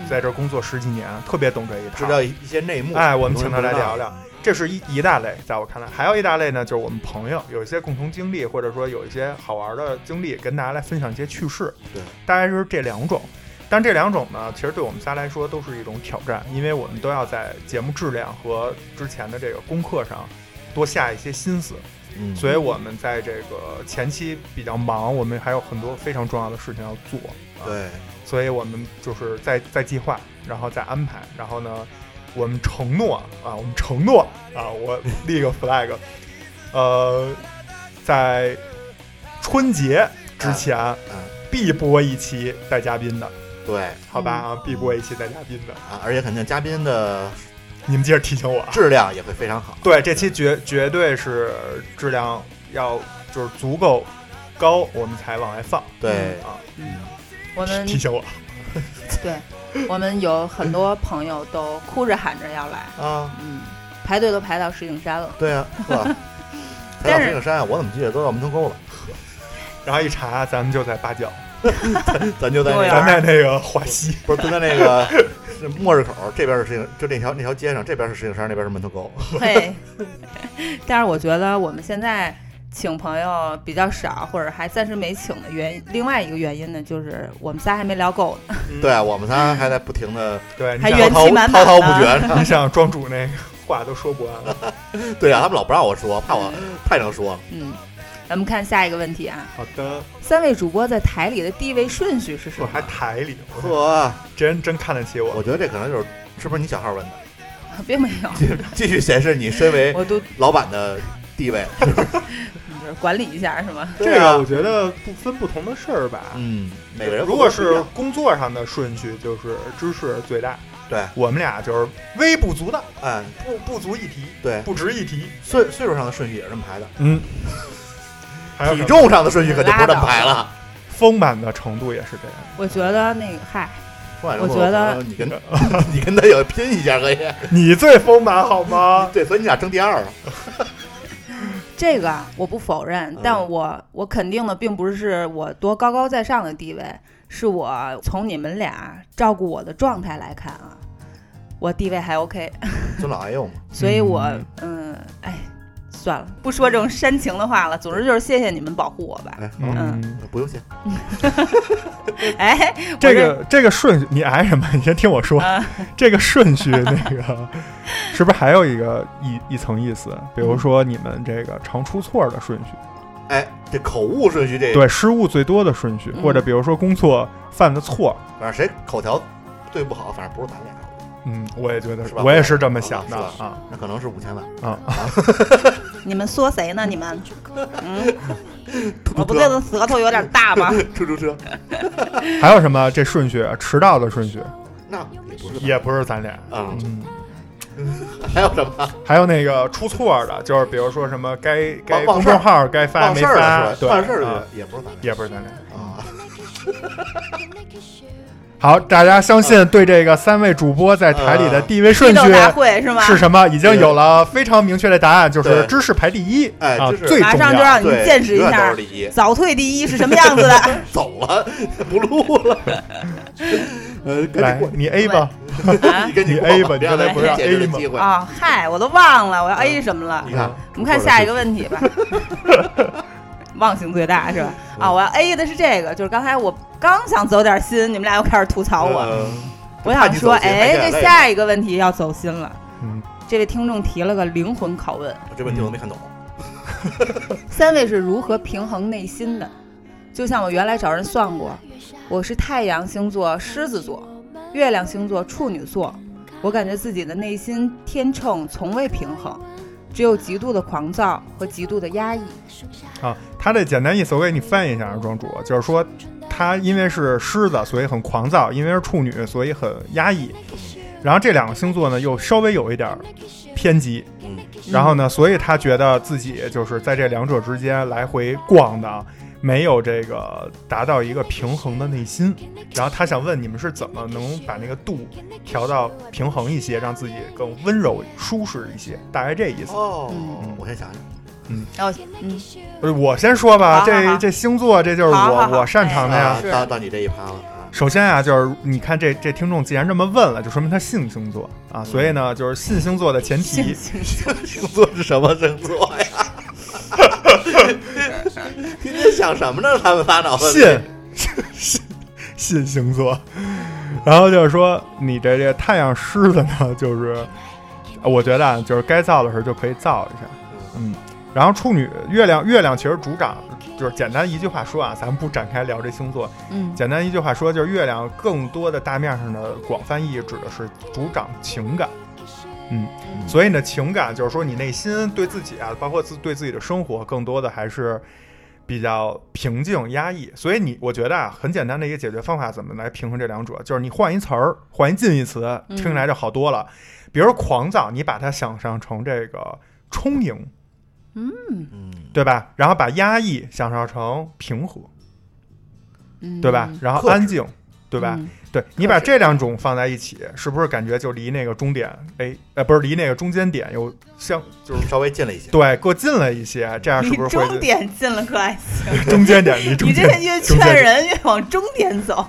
嗯在这儿工作十几年，特别懂这一知套。道一一些内幕。哎，我们有请人他不来知道聊聊，这是一一大类，在我看来，还有一大类呢，就是我们朋友有一些共同经历，或者说有一些好玩的经历，跟大家来分享一些趣事。对，大概就是这两种。但这两种呢，其实对我们仨来说都是一种挑战，因为我们都要在节目质量和之前的这个功课上多下一些心思。嗯，所以我们在这个前期比较忙，我们还有很多非常重要的事情要做。啊，对，所以我们就是在在计划，然后再安排，然后呢，我们承诺啊，我们承诺啊，我立个 flag，呃，在春节之前、啊嗯必播一期带嘉宾的，对好吧啊，必播一期带嘉宾的，啊，而且肯定嘉宾的你们接着提醒我啊。质量也会非常好。对，这期绝绝对是质量要就是足够高，我们才往外放对，啊。我们提醒我，对，我们有很多朋友都哭着喊着要来，啊，嗯，排队都排到石景山了。对啊， 呵，才但到是石景山，我怎么记得都到门头沟了？然后一查，咱们就在八角，咱就在那对咱啊个，在那个华西。不是就在那个 是末日口这边是石景，就那条那条街上，这边是石景山，那边是门头沟。 嘿，但是我觉得我们现在请朋友比较少，或者还暂时没请的原因，另外一个原因呢，就是我们仨还没聊够呢，嗯对啊，我们仨还在不停的对，你还想嗯元滔滔气满满啊滔滔不的绝 呢。 你想庄主那个话都说不完了。对啊，他们老不让我说，怕我太能说了。嗯。咱们看下一个问题啊，好的，三位主播在台里的地位顺序是什我么？还台里，我 呵，真真看得起我我。觉得这可能就是是不是你小号问的， 并没有，继继续显示你身为我都老板的地位。就是管理一下是吗？这对啊个我觉得不分不同的事儿吧。嗯，每个人如果风格不一是样工作上的顺序，就是知识最大。对，我们俩就是微不足道，哎，不不足一提，对，不值一提。岁岁数上的顺序也是这么排的，嗯，还有体重上的顺序可就不是这么排拉了。丰满的程度也是这样。我觉得那个嗨，我我觉得你跟 你跟他有拼一下可以，你最丰满好吗？对，所以你俩争第二啊。这个啊我不否认嗯，但我我肯定的并不是我多高高在上的地位，是我从你们俩照顾我的状态来看啊，我地位还 OK，尊老爱幼嘛，所以我嗯哎算了，不说这种煽情的话了，总之就是谢谢你们保护我吧。哎，好，嗯嗯，不用谢。哎，我这个这个顺序，你挨什么？你先听我说，啊这个顺序那个是不是还有一个一一层意思？比如说你们这个常出错的顺序，哎，这口误顺序这，对失误最多的顺序，嗯或者比如说工作犯的错，反正谁口条对不好，反正不是咱俩，嗯，我也觉得是是吧，我也是这么想的是吧啊那可能是五千万。 啊，你们说谁呢？你们，嗯，出我租不对，车，这舌头有点大吧？出租车，还有什么这顺序迟到的顺序那也不是也不是咱俩，啊嗯，还有什么还有那个出错的，就是比如说什么该该忘公事儿众号该发忘没事儿发了，是对，吧？忘事儿啊了也不是咱俩也不是咱俩。啊。 好，大家相信对这个三位主播在台里啊的地位批顺斗序大会是吗？是什么，已经有了非常明确的答案，就是对知识排第一，哎啊，知识最马重上就要。让你对，见识一永远下都是第一。早退第一是什么样子的。走了，不 录了。呃，赶紧来过，，你 A 吧，啊你赶紧你过 A 吧你别刚才浪不是费让解决 A 的吗机会。啊、嗨，我都忘了我要 A 什么了你。看，我们看下一个问题吧。忘性最大是吧？啊，我要 A 的是这个，就是刚才我刚想走点心，你们俩又开始吐槽我。呃我想说，怕你走心还哎，是这下一个问题要走心了。嗯，这位听众提了个灵魂拷问：我这问题我都没看懂。三位是如何平衡内心的？就像我原来找人算过，我是太阳星座狮子座，月亮星座处女座，我感觉自己的内心天秤从未平衡，只有极度的狂躁和极度的压抑。啊，他这简单意思我给你翻译一下，啊，庄主，就是说他因为是狮子，所以很狂躁；因为是处女，所以很压抑。然后这两个星座呢，又稍微有一点儿偏激，嗯，然后呢，所以他觉得自己就是在这两者之间来回逛的，没有这个达到一个平衡的内心。然后他想问你们是怎么能把那个度调到平衡一些，让自己更温柔舒适一些，大概这意思。哦嗯我先想想，嗯，然后嗯，呃我先说吧，好这好好这星座这就是我好好好哎我擅长的哎呀啊。是到到你这一趴了 啊，首先啊，就是你看这这听众既然这么问了，就说明他信星座啊，所以呢，就是信星座的前提行，行行，星座是什么星座呀？ 天天想什么呢？他们发脑子信 信信星座，然后就是说你这这太阳狮子呢，就是我觉得啊，就是该造的时候就可以造一下，嗯。然后处女、月亮，月亮其实主掌就是简单一句话说啊，咱们不展开聊这星座，嗯简单一句话说，就是月亮更多的大面上的广泛意义指的是主掌情感。嗯，所以呢，情感就是说你内心对自己啊，包括自对自己的生活，更多的还是比较平静压抑。所以你，我觉得啊，很简单的一个解决方法，怎么来平衡这两者，就是你换一词儿，换一近义词，听起来就好多了。比如说狂躁，你把它想象成这个充盈，嗯，对吧？然后把压抑想象成平和，嗯，对吧？然后克制安静，对吧？嗯对你把这两种放在一起，是不是感觉就离那个终点，哎，呃，不是离那个中间点又相就是稍微近了一些。对过近了一些？这样是离不是会终点近了可还行？中间点离中 你间这个越中劝间人越往终点走，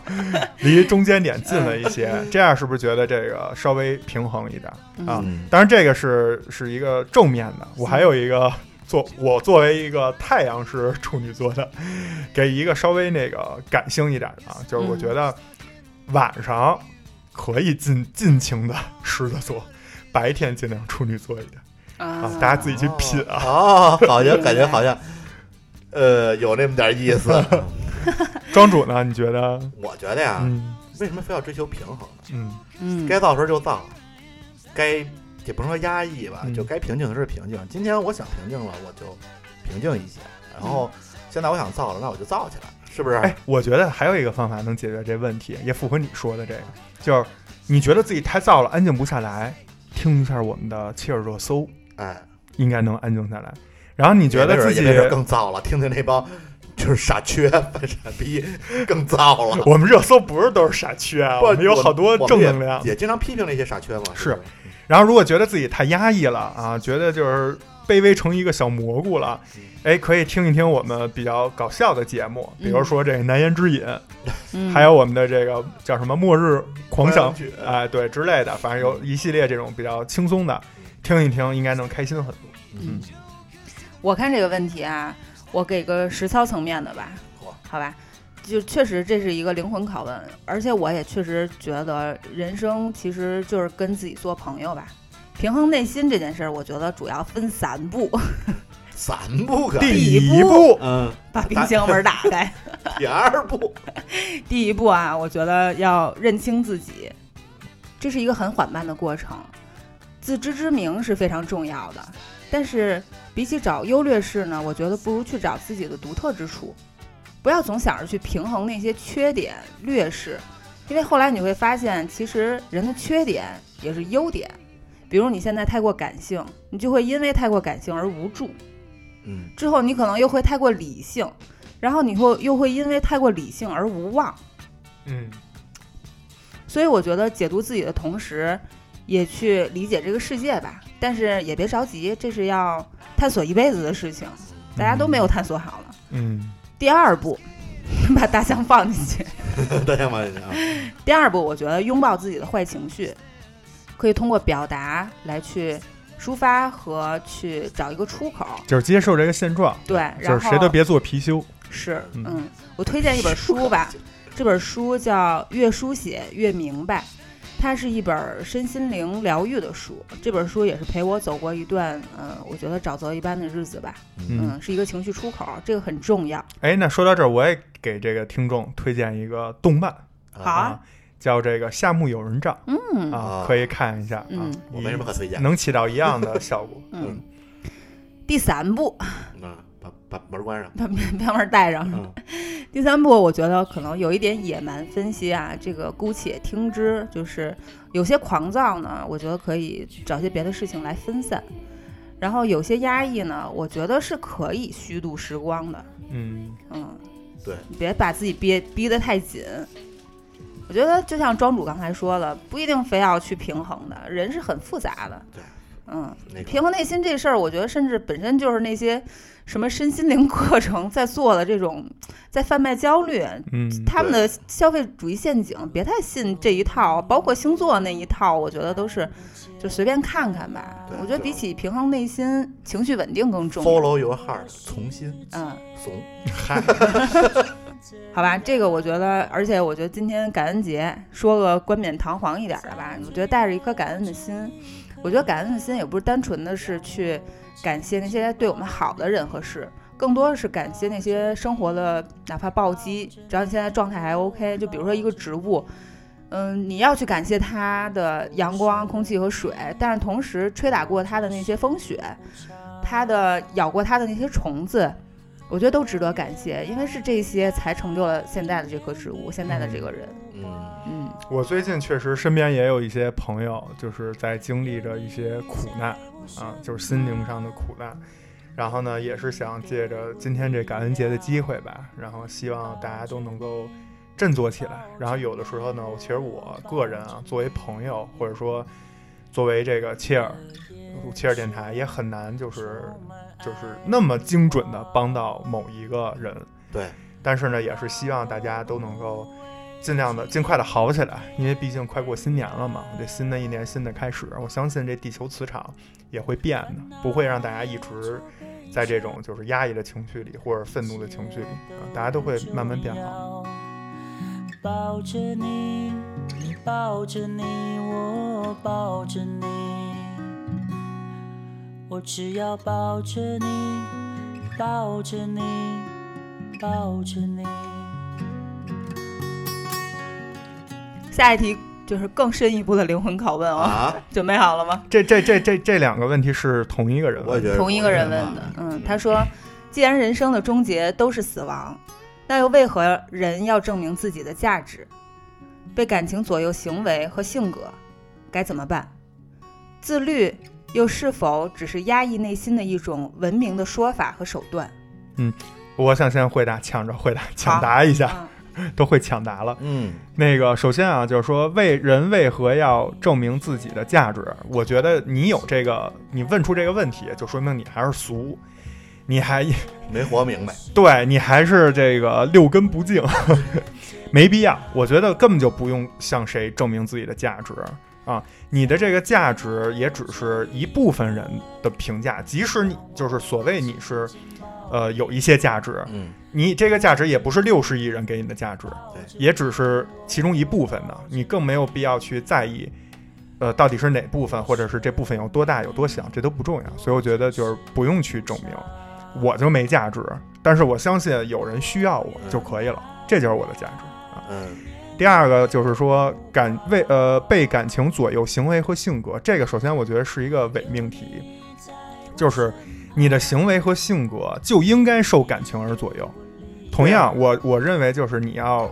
离中间点近了一些？这样是不是觉得这个稍微平衡一点啊？嗯当然，这个是是一个正面的。我还有一个作，我作为一个太阳是处女座的， 给一个稍微那个感性一点的啊，就是我嗯觉得晚上可以尽尽情的狮子座， 白天尽量处女座一点啊，啊大家自己去品啊。哦，好像感觉好像，呃，有那么点意 思。庄主呢？你觉得？我觉得呀，嗯为什么非要追求平衡呢？嗯嗯该造的时候就造，该也不能说压抑吧，嗯就该平静的时候平静。今天我想平静了，我就平静一些。然后现在我想造了，那我就造起来，是不是？嗯哎，我觉得还有一个方法能解决这问题，也符合你说的这个，就是你觉得自己太燥了，安静不下来，听一下我们的切尔热搜，哎，应该能安静下来。然后你觉也得没自准己，也没准更造了，听听那帮就是傻缺、 犯傻逼更造了。我们热搜不是都是傻缺啊，不 我们有好多正能我们量也。也经常批评那些傻缺嘛。是不是，然后如果觉得自己太压抑了啊，觉得就是卑微成一个小蘑菇了，嗯哎，可以听一听我们比较搞笑的节目，比如说这个难言之隐，嗯还有我们的这个叫什么“末日狂想狂想曲”哎，对之类的，反正有一系列这种比较轻松的，听一听应该能开心很多。嗯，我看这个问题啊，我给个实操层面的吧好，好吧，就确实这是一个灵魂拷问，而且我也确实觉得人生其实就是跟自己做朋友吧。平衡内心这件事儿，我觉得主要分三步： 三步可以，第一一步，嗯，把冰箱门打开。第二步，第一步啊，我觉得要认清自己，这是一个很缓慢的过程，自知之明是非常重要的。但是比起找优劣势呢，我觉得不如去找自己的独特之处，不要总想着去平衡那些缺点劣势，因为后来你会发现，其实人的缺点也是优点。比如你现在太过感性，你就会因为太过感性而无助，嗯，之后你可能又会太过理性，然后你会又会因为太过理性而无望。嗯所以我觉得解读自己的同时，也去理解这个世界吧。但是也别着急，这是要探索一辈子的事情，大家都没有探索好呢。嗯第二步， 把大象放进去。 大家往里面啊，第二步，我觉得拥抱自己的坏情绪，可以通过表达来去抒发和去找一个出口。就是接受这个现状，对，然后就是谁都别做貔貅。是，嗯嗯，我推荐一本书吧，这本书叫《越书写越明白》，它是一本身心灵疗愈的书。这本书也是陪我走过一段，嗯、我觉得沼泽一般的日子吧，嗯，嗯，是一个情绪出口，这个很重要。哎，那说到这儿，我也给这个听众推荐一个动漫好好啊啊，叫这个《夏目友人帐》嗯啊啊，可以看一下啊嗯，我没什么可推荐，能起到一样的效果。嗯。第三 步，嗯，把把门关上，把面把门带上。嗯，第三步，我觉得可能有一点野蛮分析啊，这个姑且听之。就是有些狂躁呢，我觉得可以找些别的事情来分散；然后有些压抑呢，我觉得是可以虚度时光的。嗯，嗯，对，别把自己憋逼得太紧。我觉得就像庄主刚才说了，不一定非要去平衡的，人是很复杂的。对，嗯，那个平衡内心这事儿，我觉得甚至本身就是那些什么身心灵 课程在做的这种，在贩卖焦虑，嗯，他们的消费主义陷阱，别太信这一套，包括星座那一套，我觉得都是就随便看看吧对。我觉得比起平衡内心，情绪稳定更重要。 follow your heart，从心嗯，怂，好吧，这个我觉得，而且我觉得今天感恩节，说个冠冕堂皇一点的吧，我觉得带着一颗感恩的心，我觉得感恩的心也不是单纯的是去感谢那些对我们好的人和事，更多的是感谢那些生活的哪怕暴击，只要你现在状态还 OK，就比如说一个植物。嗯，你要去感谢它的阳光、空气和水，但是同时吹打过它的那些风雪，它的咬过它的那些虫子，我觉得都值得感谢，因为是这些才成就了现在的这棵植物，现在的这个人。嗯，嗯我最近确实身边也有一些朋友，就是在经历着一些苦难啊，就是心灵上的苦难。然后呢，也是想借着今天这感恩节的机会吧，然后希望大家都能够振作起来。然后有的时候呢，我其实我个人啊，作为朋友或者说作为这个切尔切尔电台，也很难就是就是那么精准的帮到某一个人。对，但是呢，也是希望大家都能够尽量的、尽快的好起来，因为毕竟快过新年了嘛，这新的一年新的开始，我相信这地球磁场也会变的，不会让大家一直在这种就是压抑的情绪里或者愤怒的情绪里，啊大家都会慢慢变好。抱着你，抱着你，我抱着你，我只要抱着你，抱着你，抱着你。下一题就是更深一步的灵魂拷问哦，啊，准备好了吗？这、这、这、这这两个问题是同一个人我也问觉的，得同一个人问的。嗯，他说，既然人生的终结都是死亡，那又为何人要证明自己的价值？被感情左右行为和性格，该怎么办？自律又是否只是压抑内心的一种文明的说法和手段？我想先回答，抢着回答，抢答一下，啊， 都会抢答了。嗯，那个，首先啊，就是说为人为何要证明自己的价值？我觉得你有这个，你问出这个问题，就说明你还是俗，你还没活明白，对你还是这个六根不净， 没必要。我觉得根本就不用向谁证明自己的价值啊，你的这个价值也只是一部分人的评价，即使你就是所谓你是，呃，有一些价值，嗯，你这个价值也不是六十亿人给你的价值对，也只是其中一部分的，你更没有必要去在意，呃，到底是哪部分，或者是这部分有多大有多小，这都不重要。所以我觉得就是不用去证明，我就没价值，但是我相信有人需要我就可以了，这就是我的价值。嗯，第二个就是说感为呃被感情左右行为和性格，这个首先我觉得是一个伪命题，就是你的行为和性格就应该受感情而左右。同样，我我认为就是你要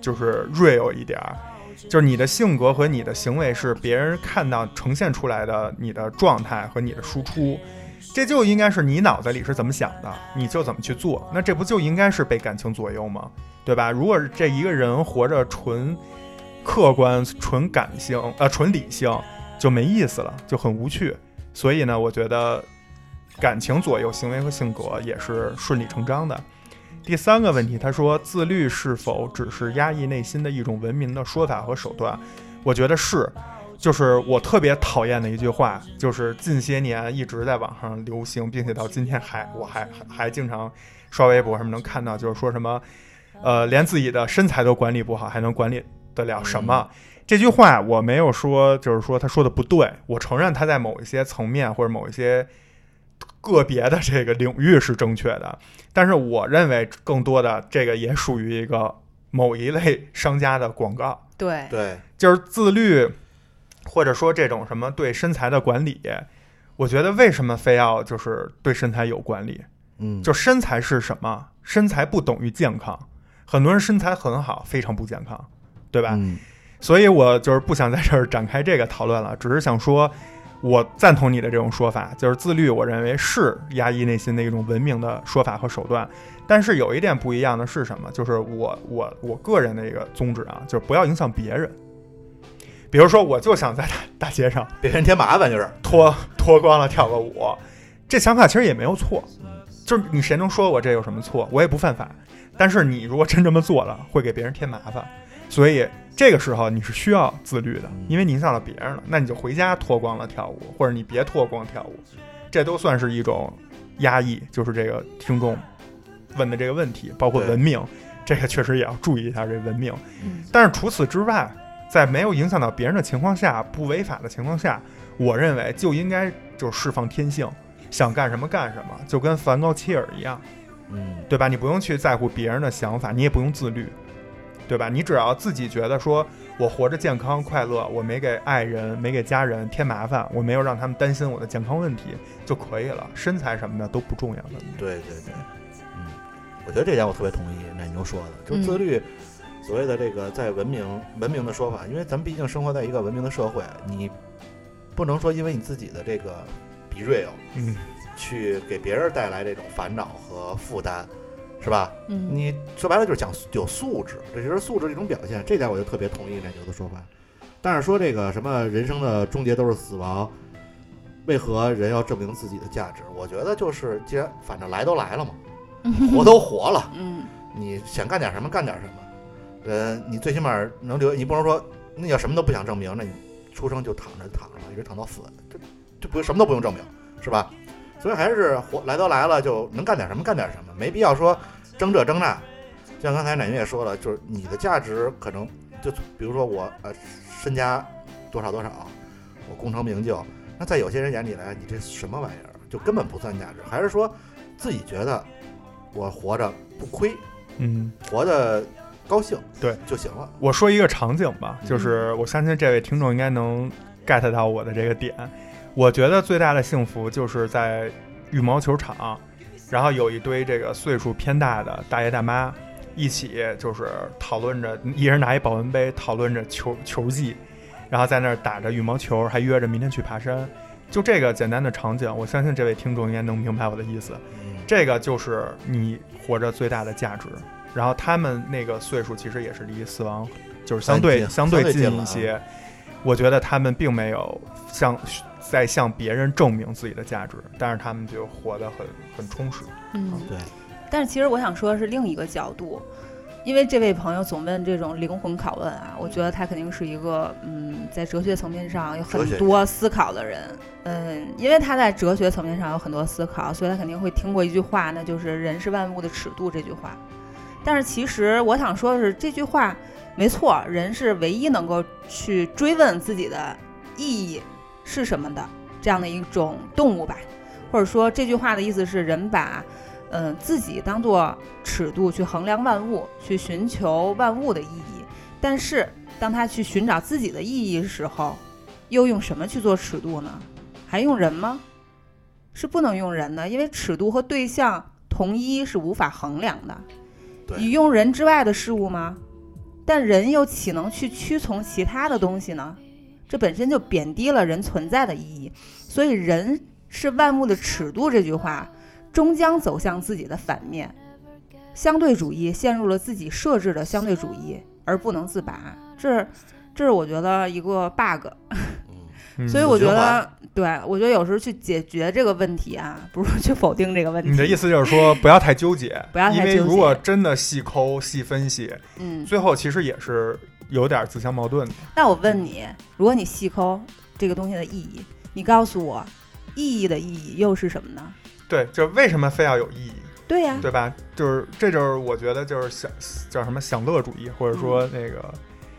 就是 real 一点儿，就是你的性格和你的行为是别人看到呈现出来的你的状态和你的输出。这就应该是你脑子里是怎么想的，你就怎么去做。那这不就应该是被感情左右吗？对吧？如果是这一个人活着纯客观、纯感性，呃，纯理性，就没意思了，就很无趣。所以呢，我觉得感情左右行为和性格也是顺理成章的。第三个问题，他说自律是否只是压抑内心的一种文明的说法和手段？我觉得是，就是我特别讨厌的一句话，就是近些年一直在网上流行，并且到今天还我还还还经常刷微博什么能看到，就是说什么，呃，连自己的身材都管理不好，还能管理得了什么？这句话我没有说，就是说他说的不对，我承认他在某一些层面或者某一些个别的这个领域是正确的，但是我认为更多的这个也属于一个某一类商家的广告。对，对，就是自律，或者说这种什么对身材的管理，我觉得为什么非要就是对身材有管理？嗯，就身材是什么？身材不等于健康，很多人身材很好，非常不健康，对吧？嗯，所以我就是不想在这儿展开这个讨论了， 只是想说，我赞同你的这种说法，就是自律，我认为是压抑内心的一种文明的说法和手段。但是有一点不一样的是什么？就是我我我个人的一个宗旨啊，就是不要影响别人。比如说，我就想在大大街上给人添麻烦就是。脱 脱光了跳个舞，这想法其实也没有错，就是你谁能说我这有什么错？我也不犯法。但是你如果真这么做了，会给别人添麻烦，所以这个时候你是需要自律的，因为你影响到别人了。那你就回家脱光了跳舞，或者你别脱光跳舞，这都算是一种压抑。就是这个听众问的这个问题，包括对文明，这个确实也要注意一下这文明。嗯但是除此之外，在没有影响到别人的情况下，不违法的情况下，我认为就应该就释放天性，想干什么干什么，就跟梵高切尔一样，嗯，对吧？你不用去在乎别人的想法，你也不用自律，对吧？你只要自己觉得说我活着健康快乐，我没给爱人、没给家人添麻烦，我没有让他们担心我的健康问题就可以了，身材什么的都不重要的。对对对，嗯，我觉得这点我特别同意奶牛说的，就嗯自律，所谓的这个在文明文明的说法，因为咱们毕竟生活在一个文明的社会，你不能说因为你自己的这个 be real 嗯，去给别人带来这种烦恼和负担，是吧？嗯，你说白了就是讲素有素质，这就是素质的一种表现。这点我就特别同意奶牛的说法。但是说这个什么人生的终结都是死亡，为何人要证明自己的价值？我觉得就是，既然反正来都来了嘛，活都活了，嗯你想干点什么干点什么。呃，你最起码能留，你不能说那要什么都不想证明，那你出生就躺着躺着，一直躺到死，这这不什么都不用证明，是吧？所以还是活来都来了，就能干点什么干点什么，没必要说争这争那。就像刚才奶云也说了，就是你的价值可能就比如说我呃身家多少多少，我功成名就，那在有些人眼里来，你这什么玩意儿，就根本不算价值。还是说自己觉得我活着不亏，嗯。活得高兴，对就行了。我说一个场景吧，就是我相信这位听众应该能 get 到我的这个点。我觉得最大的幸福就是在羽毛球场，然后有一堆这个岁数偏大的大爷大妈一起就是讨论着，一人拿一保温杯讨论着球球技，然后在那儿打着羽毛球，还约着明天去爬山。就这个简单的场景，我相信这位听众应该能明白我的意思。嗯，这个就是你活着最大的价值。然后他们那个岁数其实也是离死亡就是相对很近相对相对近嗯近了一啊些，我觉得他们并没有向在向别人证明自己的价值，但是他们就活得很很充实。嗯，哦对。但是其实我想说的是另一个角度，因为这位朋友总问这种灵魂拷问嗯啊，我觉得他肯定是一个嗯，在哲学层面上有哲学很家多思考的人。嗯，因为他在哲学层面上有很多思考，所以他肯定会听过一句话，那就是“人是万物的尺度”这句话。但是其实我想说的是，这句话没错，人是唯一能够去追问自己的意义是什么的这样的一种动物吧，或者说这句话的意思是，人把嗯、呃自己当做尺度去衡量万物，去寻求万物的意义。但是当他去寻找自己的意义的时候，又用什么去做尺度呢？还用人吗？是不能用人的，因为尺度和对象同一是无法衡量的。对你用人之外的事物吗？但人又岂能去屈从其他的东西呢？这本身就贬低了人存在的意义。所以“人是万物的尺度”这句话，终将走向自己的反面。相对主义陷入了自己设置的相对主义而不能自拔，这是这是我觉得一个 bug。嗯，嗯所以我觉循得环，对我觉得有时候去解决这个问题啊， 不是去否定这个问题。你的意思就是 说，不要太纠结，不要太因为纠结如果真的细抠细分析，嗯，最后其实也是有点自相矛盾的。那我问你，如果你细抠这个东西的意义，你告诉我，意义的意义又是什么呢？对，就为什么非要有意义？对 呀、对吧？就是这就是我觉得就是享叫什么享乐主义，或者嗯说那个，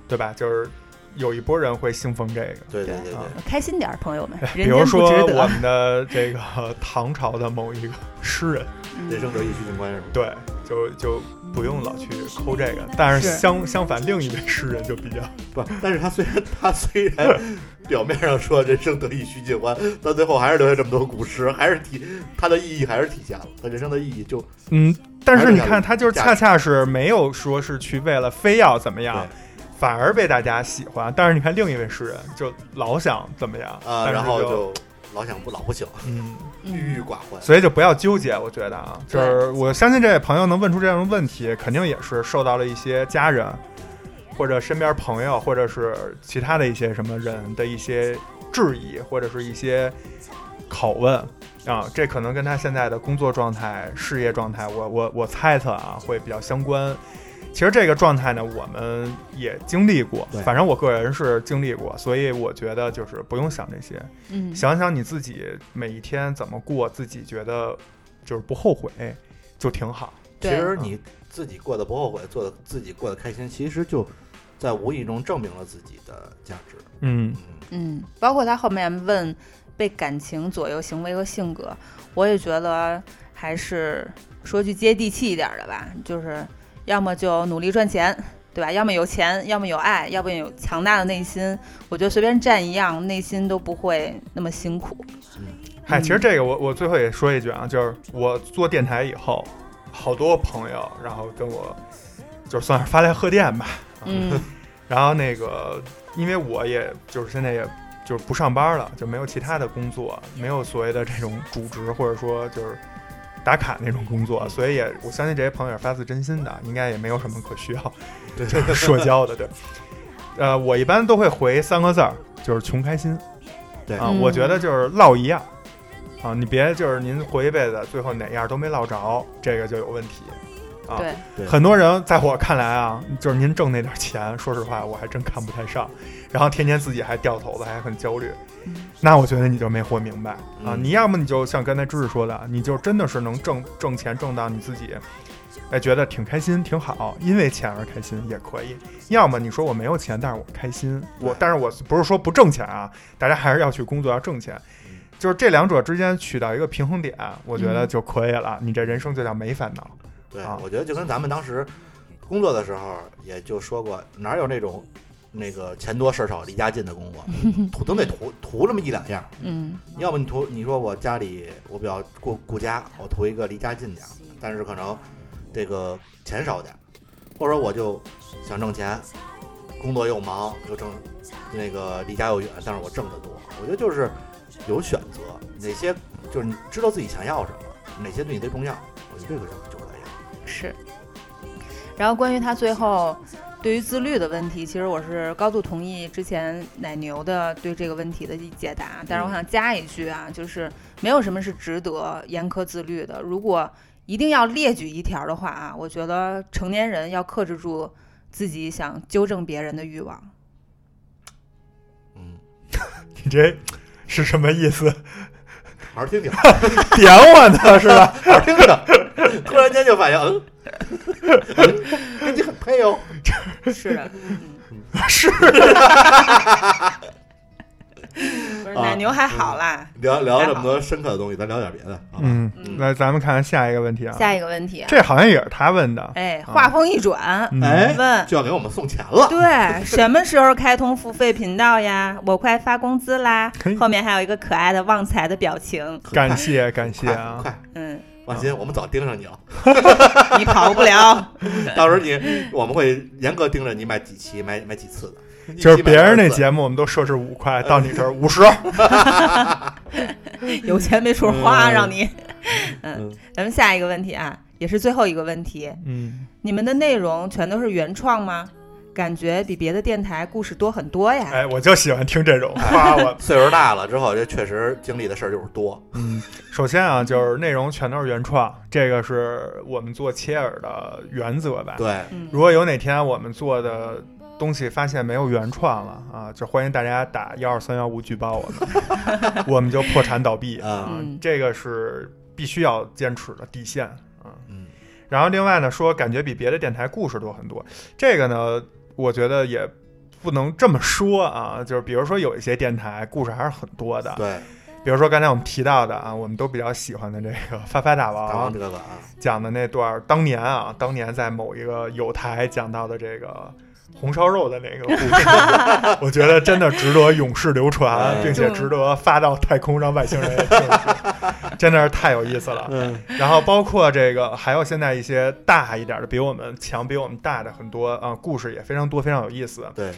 对吧？就是有一波人会信奉这个。对对对啊对，开心点儿，朋友们， 比人如间不说值我得。们的这个 唐朝的某一个诗人，嗯人生得意须尽欢是吧？对，就就不用老去抠这个。但是是相相反，另一位诗人就比较不，但是他虽然他虽然表面上说人生得意须尽欢，到最后还是留下这么多古诗，还是体他的意义还是体现了他人生的意义就嗯。 但是你看，还是想他就是恰恰是没有说是去为了非要怎么样，反而被大家喜欢。但是你看另一位诗人就老想怎么样啊、但是然后就就老想不老不行，嗯。郁郁嗯，寡欢。所以就不要纠结，我觉得啊，就对是我相信这位朋友能问出这样的问题，肯定也是受到了一些家人或者身边朋友，或者是其他的一些什么人的一些质疑，或者是一些拷问啊，这可能跟他现在的工作状态、事业状态，我我我猜测啊，会比较相关。其实这个状态呢，我们也经历过对，反正我个人是经历过，所以我觉得就是不用想这些，嗯，想想你自己每一天怎么过，自己觉得就是不后悔，就挺好。其对，实你自己过得不后悔，做的自己过得开心，其实就在无意中证明了自己的价值。嗯，嗯，嗯，包括他后面问被感情左右行为和性格，我也觉得还是说句接地气一点儿的吧，就是要么就努力赚钱，对吧？要么有钱，要么有爱，要么有强大的内心。我觉得随便占一样，内心都不会那么辛苦。嗯嗨，哎其实这个我我最后也说一句啊，就是我做电台以后，好多朋友然后跟我就算是发来贺电吧，嗯然后那个，因为我也就是现在也就是不上班了，就没有其他的工作，没有所谓的这种主职或者说就是打卡那种工作，所以也我相信这些朋友也是发自真心的，应该也没有什么可需要对，就是社交的，对。呃，我一般都会回三个字儿，就是穷开心。对啊，嗯我觉得就是落一样啊，你别就是您活一辈子，最后哪样都没落着，这个就有问题。啊 对，对很多人在我看来啊，就是您挣那点钱，说实话我还真看不太上，然后天天自己还掉头发，还很焦虑。那我觉得你就没活明白啊！嗯你要么你就像刚才芝芝说的，你就真的是能挣挣钱挣到你自己，哎，觉得挺开心挺好，因为钱而开心也可以。要么你说我没有钱，但是我开心，我对但是我不是说不挣钱啊，大家还是要去工作要挣钱嗯，就是这两者之间取到一个平衡点，我觉得嗯就可以了。你这人生就叫没烦恼。对啊，我觉得就跟咱们当时工作的时候也就说过，哪有那种那个钱多事儿少离家近的工作，图总得图图这么一两样儿。嗯要不你图你说我家里我比较顾顾家，我图一个离家近点儿，但是可能这个钱少点儿，或者说我就想挣钱，工作又忙又挣那个离家又远，但是我挣得多。我觉得就是有选择，哪些就是你知道自己想要什么，哪些对你最重要，我觉得这个就可以了。是。然后关于他最后对于自律的问题，其实我是高度同意之前奶牛的对这个问题的解答，但是我嗯想加一句啊，就是没有什么是值得严苛自律的。如果一定要列举一条的话啊，我觉得成年人要克制住自己想纠正别人的欲望。嗯，你这是什么意 思？好好听 听，点我呢是吧？好好听听。 突然间就反应，嗯， 嗯跟你很配哦。是 的，嗯，是不是啊奶牛还好啦。聊聊这么多深刻的东西，咱聊点别的啊。 嗯嗯，那咱们看看下一个问题啊。下一个问题啊，这好像也是他问的。哎，话锋一转，嗯哎问就要给我们送钱了。对，什么时候开通付费频道呀？我快发工资啦嘿！后面还有一个可爱的旺财的表情。感谢感谢快啊！快，嗯，放心，我们早盯上你了。哦你跑不 了。到时候你我们会严格盯着你买几期，买买几次的。 就是别人那一期买节目，我们都设置五块，到你这儿五十。有钱没处嗯花，让你。两次，嗯嗯，咱们下一个问题啊，也是最后一个问题。嗯，你们的内容全都是原创吗？感觉比别的电台故事多很多呀。 哎，我就喜欢听这种夸我。岁数大了之后，这确实经历的事儿就是多。嗯，首先啊，就是内容全都是原创，这个是我们做切尔的原则吧。对，嗯如果有哪天我们做的东西发现没有原创了啊，就欢迎大家打幺二三幺五举报我们，我们就破产倒闭啊。啊，嗯这个是必须要坚持的底线啊。嗯，然后另外呢，说感觉比别的电台故事多很多，这个呢，我觉得也不能这么说啊。就是比如说有一些电台故事还是很多的，嗯对，比如说刚才我们提到的啊，我们都比较喜欢的这个发发大大王王这个啊，讲的那段儿，当年啊，当年在某一个有台讲到的这个。红烧肉的那个故事， 我觉得真的值得永世流传，嗯并且值得发到太空让外星人也听一听，真的是太有意思了。嗯，然后包括这个，还有现在一些大一点的，比我们强、比我们大的很多啊、呃故事也非常多，非常有意思。对，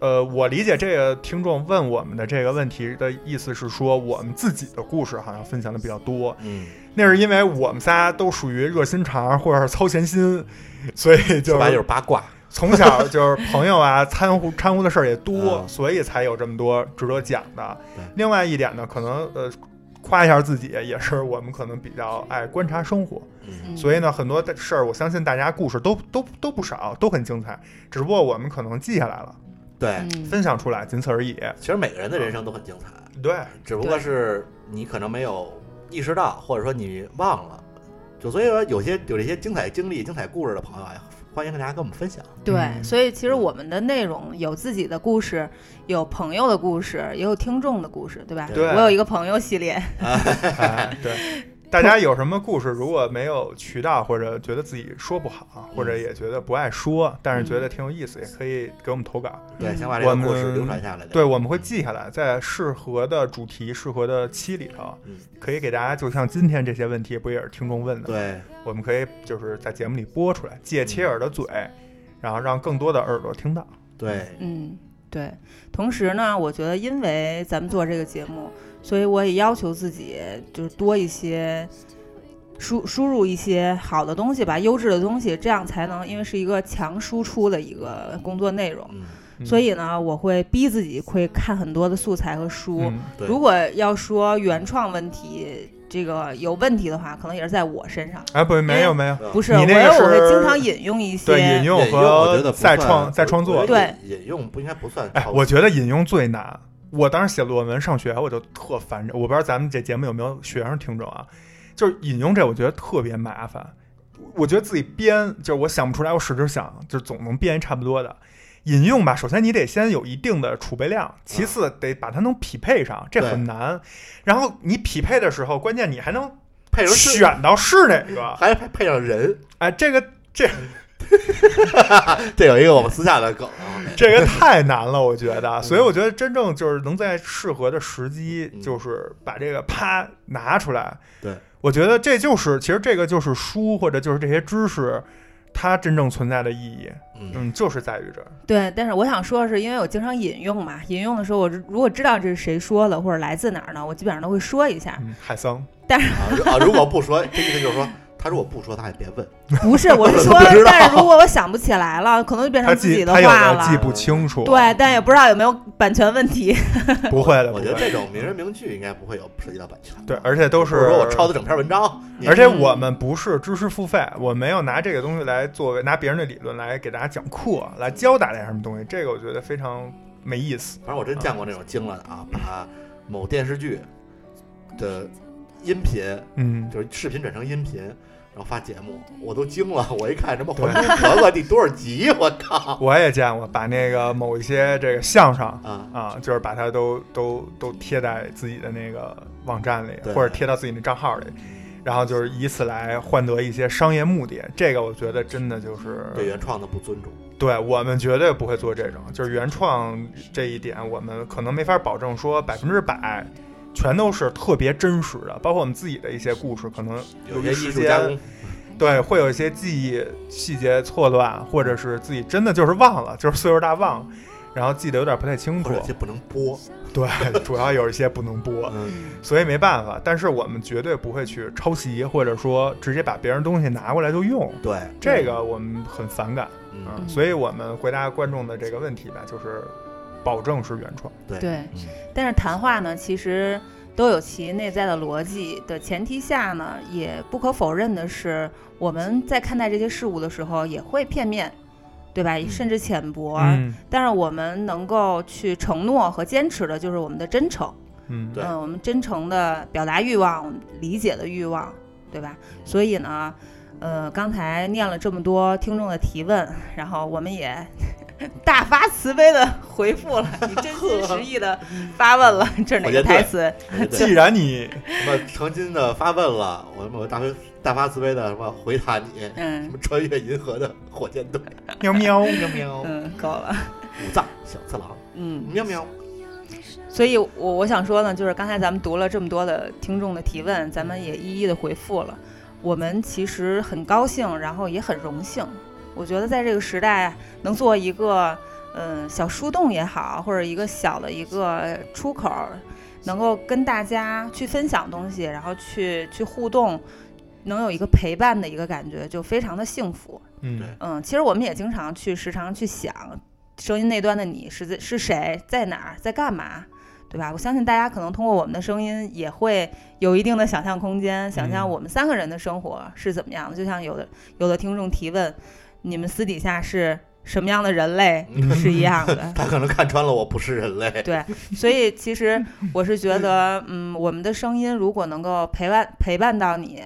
呃，我理解这个听众问我们的这个问题的意思是说，我们自己的故事好像分享的比较多，嗯，那是因为我们仨都属于热心肠或者是操闲心，所以就说白了就是是八卦。从小就是朋友啊， 掺和掺和的事儿也多，嗯所以才有这么多值得讲的对。另外一点呢，可能呃，夸一下自己，也是我们可能比较爱观察生活，嗯所以呢，很多的事儿，我相信大家故事都都都不少，都很精彩，只不过我们可能记下来了，对，嗯，分享出来，仅此而已。其实每个人的人生都很精彩，对，只不过是你可能没有意识到，或者说你忘了。就所以说，有些有这些精彩经历、精彩故事的朋友啊，欢迎大家跟我们分享。对，嗯所以其实我们的内容有自己的故事，有朋友的故事，也有听众的故事，对吧？对我有一个朋友系列，哎，对，大家有什么故事，如果没有渠道，或者觉得自己说不好，或者也觉得不爱说，但是觉得挺有意思，也可以给我们投稿。对，嗯先把这个故我事们流传下来。对，我们会记下来，在适合的主题、适合的期里头嗯，可以给大家，就像今天这些问题，不也是听众问的？，对，我们可以就是在节目里播出来，借切耳的嘴，嗯然后让更多的耳朵听到。对，嗯，对。同时呢，我觉得因为咱们做这个节目，所以我也要求自己就是多一些输输入一些好的东西吧，优质的东西，这样才能因为是一个强输出的一个工作内容。嗯，嗯所以呢，我会逼自己会看很多的素材和书。嗯，对。如果要说原创问题，这个有问题的话，可能也是在我身上，哎，不，没有没有，不是我，你那个我会经是常引用一些对引用引用我觉和得不再算创再创作我觉得对引引用不应该不算哎，抄袭。我觉得引用最难。我当时写论文上学，我就特烦这。我不知道咱们这节目有没有学生听众啊？就是引用这，我觉得特别麻烦。我觉得自己编，就是我想不出来，我使劲想，就总能编一差不多的。引用吧，首先你得先有一定的储备量，其次得把它能匹配上，这很难。然后你匹配的时候，关键你还能配上是，选到是哪个。还配配上人，哎，这个这这有一个我们私下的梗啊。 这个太难了，我觉嗯得。所以我觉得真正就是能在适合的时机，就是把这个啪拿出来。对，我觉得这就是，其实这个就是书或者就是这些知识，它真正存在的意义。嗯，嗯，就是在于这儿。对，但是我想说的是，因为我经常引用嘛，引用的时候，我如果知道这是谁说的或者来自哪儿呢，我基本上都会说 一下。嗯，海桑，啊如啊，如果不说，这意思就是说，他如果不说，他也别问。不是，我是说不知，道但是如果我想不起来了，可能就变他成自己记的他有话的记了。不清楚。对，但也不知道有没有版权问题。不会的，不我觉得会的这种名人名句应该不会有涉及到版权。对，而且都是或者说我抄的整篇文章，你而且嗯我们不是知识付费，我没有拿这个东西来作为拿别人的理论来给大家讲课，来教大家什么东西，这个我觉得非常没意思。反正我真见过那种惊了的啊，把某电视剧的音频，嗯，就是视频转成音频，然后发节目，我都惊了。我一看什么《还珠格格》第多少集，我靠我也见过，把那个某一些这个相声啊！啊，就是把它都都都贴在自己的那个网站里，对或者贴到自己的账号里，然后就是以此来换得一些商业目的。这个我觉得真的就是对原创的不尊重，对我们绝对不会做这种，就是原创这一点，我们可能没法保证说百分之百全都是特别真实的，包括我们自己的一些故事，可能由有于些艺时术加间工，对会有一些记忆细节错乱，或者是自己真的就是忘了，就是岁数大忘，然后记得有点不太清或楚者。有些不能播。对，主要有一些不能播， 嗯，所以没办法。但是我们绝对不会去抄袭，或者说直接把别人东西拿过来就用，对，这个我们很反感。嗯，嗯，所以我们回答观众的这个问题吧，就是保证是原创。对，对，但是谈话呢，其实都有其内在的逻辑的前提下呢，也不可否认的是，我们在看待这些事物的时候也会片面，对吧？甚至浅薄。嗯但是我们能够去承诺和坚持的，就是我们的真诚。嗯，对嗯，我们真诚的表达欲望，我们理解的欲望，对吧？所以呢，呃，刚才念了这么多听众的提问，然后我 们也大发慈悲的回复了，你真心实意的发 问了，这是哪我觉得个台词？我觉得 既然你什么诚心的发问了，我我大发大发慈悲的什么回答你，什嗯么穿越银河的火箭队，喵喵，喵喵，嗯，够了，五藏小次郎，嗯。喵喵，所以我，我想说呢，就是刚才咱们读了这么多的听众的提问，咱们也一一的回复了。我们其实很高兴，然后也很荣幸。我觉得在这个时代，啊能做一个嗯小树洞也好，或者一个小的一个出口，能够跟大家去分享东西，然后去去互动，能有一个陪伴的一个感觉，就非常的幸福。嗯对。嗯，其实我们也经常去时常去想，声音那端的你是在是谁，在哪儿，在干嘛，对吧？我相信大家可能通过我们的声音也会有一定的想象空间，想象嗯我们三个人的生活是怎么样的。就像有的有的听众提问，你们私底下是什么样的人类是一样的嗯 他可能看穿了我不是人类。对，所以其实我是觉得，嗯，我们的声音如果能够陪伴陪伴到你，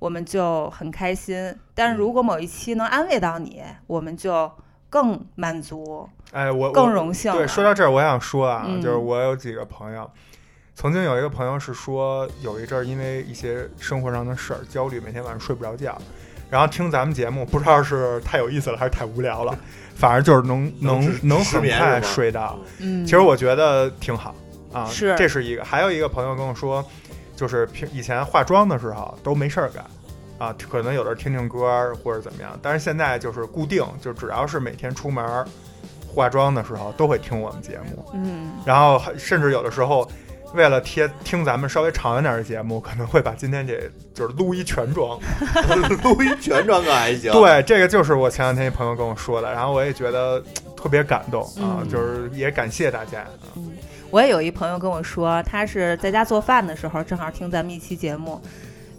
我们就很开心；但是如果某一期能安慰到你，我们就更满足、哎，我更我荣幸了。对，说到这儿，我想说啊，嗯就是我有几个朋友，曾经有一个朋友是说，有一阵儿因为一些生活上的事儿焦虑，每天晚上睡不着觉，然后听咱们节目，不知道是太有意思了还是太无聊了，反正就是能能能治能失很眠快是吧睡到。嗯，其实我觉得挺好啊，是这是一个，还有一个朋友跟我说，就是平以前化妆的时候都没事儿干。啊，可能有的听听歌儿或者怎么样，但是现在就是固定，就只要是每天出门儿化妆的时候，都会听我们节目，嗯，然后还甚至有的时候，为了贴听咱们稍微长一点的节目，可能会把今天这就是录一全妆。 录一全装可还行。，对，这个就是我前两天一朋友跟我说的，然后我也觉得嘖特别感动啊，嗯就是也感谢大家。我也有一朋友跟我说，他是在家做饭的时候，正好听咱们一期节目，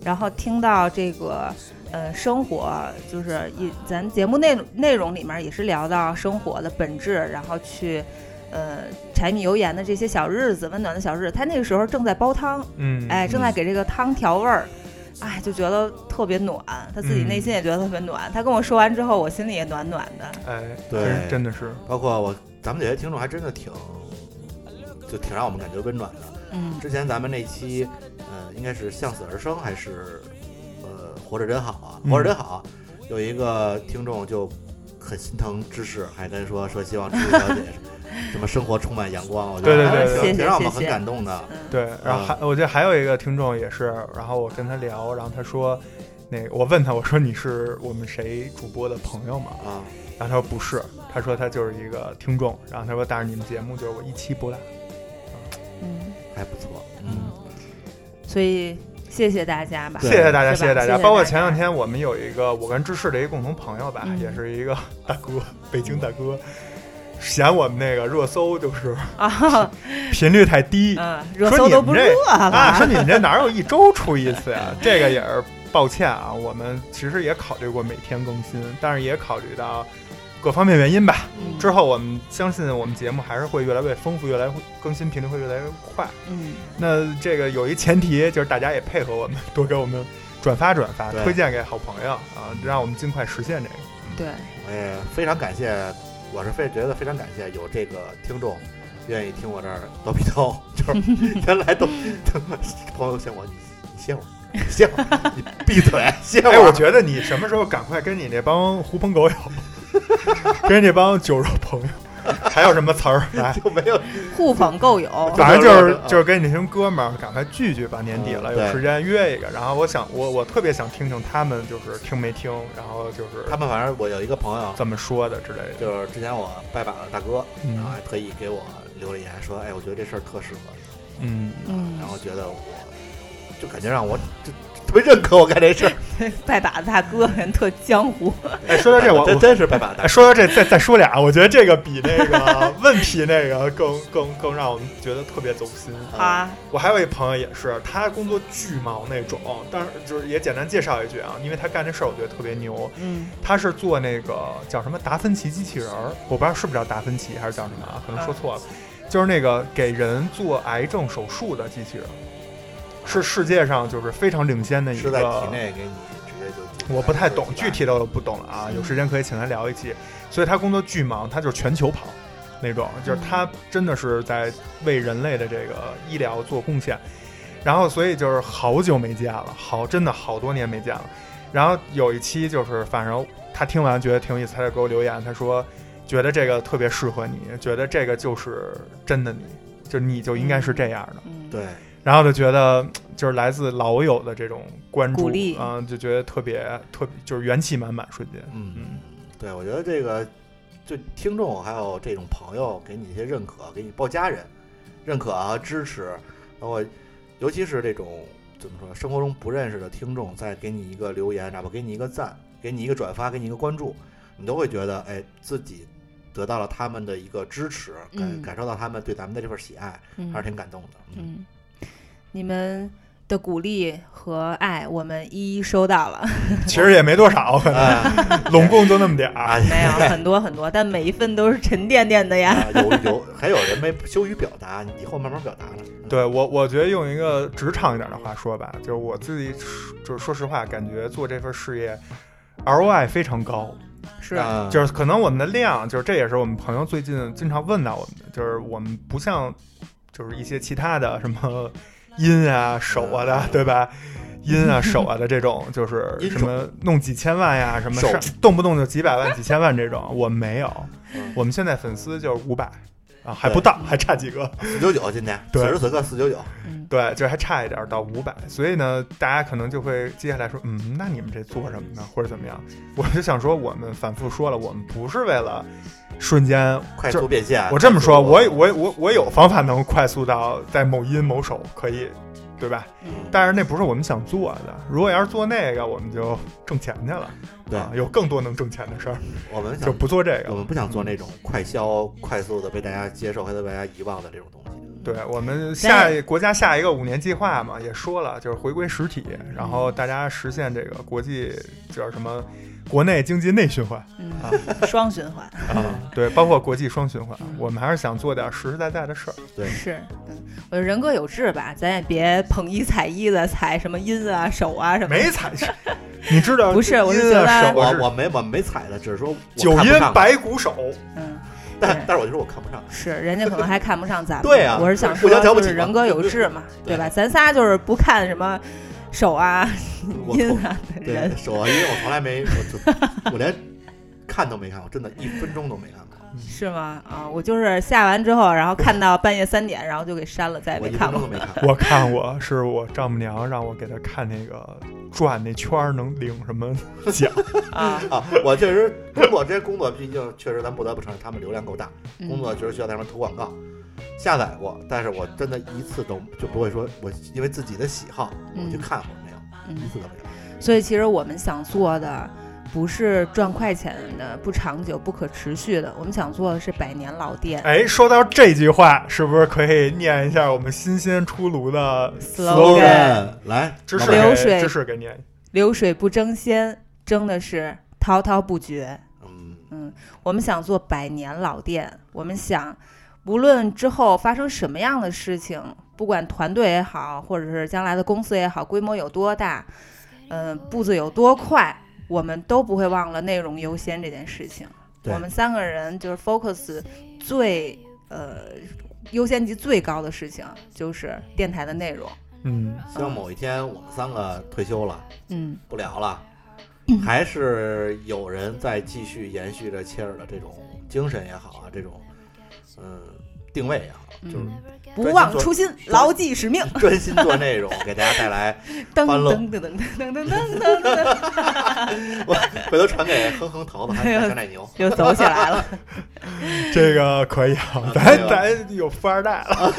然后听到这个呃生活，就是一咱节目内内容里面也是聊到生活的本质，然后去呃柴米油盐的这些小日子，温暖的小日子。他那个时候正在煲汤，嗯，哎，正在给这个汤调味儿。哎，就觉得特别暖，他自己内心也觉得特别暖。他跟我说完之后，我心里也暖暖的。哎，对真真的是，包括我，咱们有些听众还真的挺，就挺让我们感觉温暖的。嗯之前咱们那期，呃，应该是向死而生还是，呃，活着真好啊，嗯活着真好。有一个听众就很心疼芝士，还跟说说希望芝士小姐什么生活充满阳光，我觉得对对对挺谢谢挺让我们谢很谢感动的。嗯，对。然后还我觉得还有一个听众也是，然后我跟他聊，然后他说。那个，我问他，我说你是我们谁主播的朋友吗？啊，然后他说不是，他说他就是一个听众。然后他说，但是你们节目就是我一期不落。嗯，还不错，嗯，所以谢谢大家吧。对谢谢大家，是吧谢谢大谢家。谢包括大家前两天我们有一个我跟芝士的一个共同朋友吧，嗯也是一个大哥，北京大哥，嫌我们那个热搜就是啊，频率太低嗯，热搜都不热啊，说了。你们这哪有一周出一次呀？这个也是抱歉啊，我们其实也考虑过每天更新，但是也考虑到各方面原因吧。嗯之后我们相信我们节目还是会越来越丰富，越来越更新频率会越来越快。嗯，那这个有一前提，就是大家也配合我们，多给我们转发转发，对推荐给好朋友啊，让我们尽快实现这个。对，我也哎非常感谢，我是非觉得非常感谢有这个听众愿意听我这儿叨逼叨，就是 原来都朋友嫌我，你你歇会儿，你歇会儿，你闭嘴，歇会哎，儿。我觉得你什么时候赶快跟你那帮狐朋狗友， 跟这帮酒肉朋友，还有什么词儿来？就没有互捧够 友。反正就对是对对就是跟你那群哥们儿赶快聚聚吧，年底了嗯有对时间约一个。然后我想我我特别想听听他们就是听没听，然后就是他们，反正我有一个朋友，怎么说的之类的。就是之前我拜把子大哥，嗯然后还特意给我留了言说，哎，我觉得这事儿特适合你，嗯，嗯然，后觉得我就感觉让我就就特别认可我干这事 儿。拜把子大哥人特江 湖。哎，说到这我真我。真是拜把子哎大哥，说到这，再再说俩，我觉得这个比那个问题那个更更更让我们觉得特别走心。好啊，我还有一朋友也是，他工作巨忙那种，但是就是也简单介绍一句啊，因为他干这事儿我觉得特别牛。嗯，他是做那个叫什么达芬奇机器人儿，我不知道是不是叫达芬奇还是叫什么啊，可能说错了，就是那个给人做癌症手术的机器人，是世界上就是非常领先的一是在个体。内给你直接就，我不太懂，具体的我不懂了啊，嗯有时间可以请他聊一期。所以他工作巨忙，他就是全球跑那种，嗯就是他真的是在为人类的这个医疗做贡献。然后，所以就是好久没见了，好真的好多年没见了。然后有一期就是，反正他听完觉得挺有意思，他就给我留言，他说觉得这个特别适合你，觉得这个就是真的你，就你就应该是这样的。嗯，对。然后就觉得就是来自老友的这种关注，鼓励啊、就觉得特别特别就是元气满满，瞬 间，嗯，对，我觉得这个就听众还有这种朋友给你一些认可，给你包家人认可啊支持，包括尤其是这种怎么说，生活中不认识的听众再给你一个留言，哪怕给你一个赞，给你一个转发，给你一个关注，你都会觉得哎，自己得到了他们的一个支持，感嗯感受到他们对咱们的这份喜爱，嗯还是挺感动的。嗯，嗯，你们的鼓励和爱，我们一一收到 了，其实也没多少， 可能哎拢共就那么点啊儿。，没有很多很多，但每一份都是沉甸甸的 呀。啊有有，还有人没羞于表达，以后慢慢表达了。嗯，对我，我觉得用一个职场一点的话说吧，就是我自己，就是说实话，感觉做这份事业 ROI 非常高，是，啊就是可能我们的量，就是这也是我们朋友最近经常问到我们的，就是我们不像就是一些其他的什么音啊、手啊的，对吧？音 啊、手啊的这种，就是嗯音手什么弄几千万呀，什么手上动不动就几百万、几千万这种，我们没有嗯。我们现在粉丝就是五百啊，还不到，还差几个。四九九今天，对此时此刻四九九，嗯，对，就还差一点儿到五百，所以呢，大家可能就会接下来说，嗯，那你们这做什么呢，或者怎么样？我就想说，我们反复说了，我们不是为了瞬间快就速变现。我这么说，快速我我我我有方法能快速到在某音某手可以，对吧？嗯但是那不是我们想做的。如果要是做那个，我们就挣钱去了，对啊，有更多能挣钱的事儿，我们就想不做这我个。们不想做那种快销、快速的被大家接受、还被大家遗忘的这种东西。对我们下一国家下一个五年计划嘛，也说了，就是回归实体，然后大家实现这个国际叫什么国内经济内循环嗯，双循环啊， 对，包括国际双循环嗯。我们还是想做点实实在在的事儿。是，嗯，我人各有志吧，咱也别捧一踩一的，踩什么音啊、手啊什么的。没踩，你知道 不是我是音啊觉得手啊我我没我没踩的，只是说我九看不阴上白骨手。嗯，但但是我就说我看不上。是，人家可能还看不上咱 们。对啊我是想互说，相瞧不就是起嘛人各有志嘛，对吧？咱仨就是不看什么手啊、我 音啊的人对，，手摇音我从来没，我 就我连看都没看过，真的一分钟都没看过，是吗？啊，我就是下完之后，然后看到半夜三点，然后就给删了，再也我没一看分钟都过。没看过。我看过，是我丈母娘让我给她看那个转那圈儿能领什么奖，啊，啊，我确实工作，这些工作毕竟确实，咱不得不承认，他们流量够大，嗯 工作确实需要在上面投广告。下载过，但是我真的一次都就不会说，我因为自己的喜好我去嗯看过没有，一嗯，次都没有。所以其实我们想做的不是赚快钱的、不长久、不可持续的，我们想做的是百年老店。哎，说到这句话，是不是可以念一下我们新鲜出炉的 Slogan 来，知识老板流给水知识给念一流水不争先，争的是滔滔不绝。嗯，嗯，我们想做百年老店，我们想，无论之后发生什么样的事情，不管团队也好，或者是将来的公司也好，规模有多大，嗯、步子有多快，我们都不会忘了内容优先这件事情。对我们三个人就是 focus 最呃优先级最高的事情就是电台的内容。嗯，希望某一天我们三个退休了，嗯，不聊了，还是有人在继续延续着切尔的这种精神也好啊，这种嗯定位也好， 嗯就是不忘初心，做牢记使命。专心做内容，给大家带来。噔欢乐噔噔噔噔噔噔噔噔，我回头传给哼哼桃子还有 小奶牛，又走起来了。这个可以啊啊，咱对啊咱有富二代了，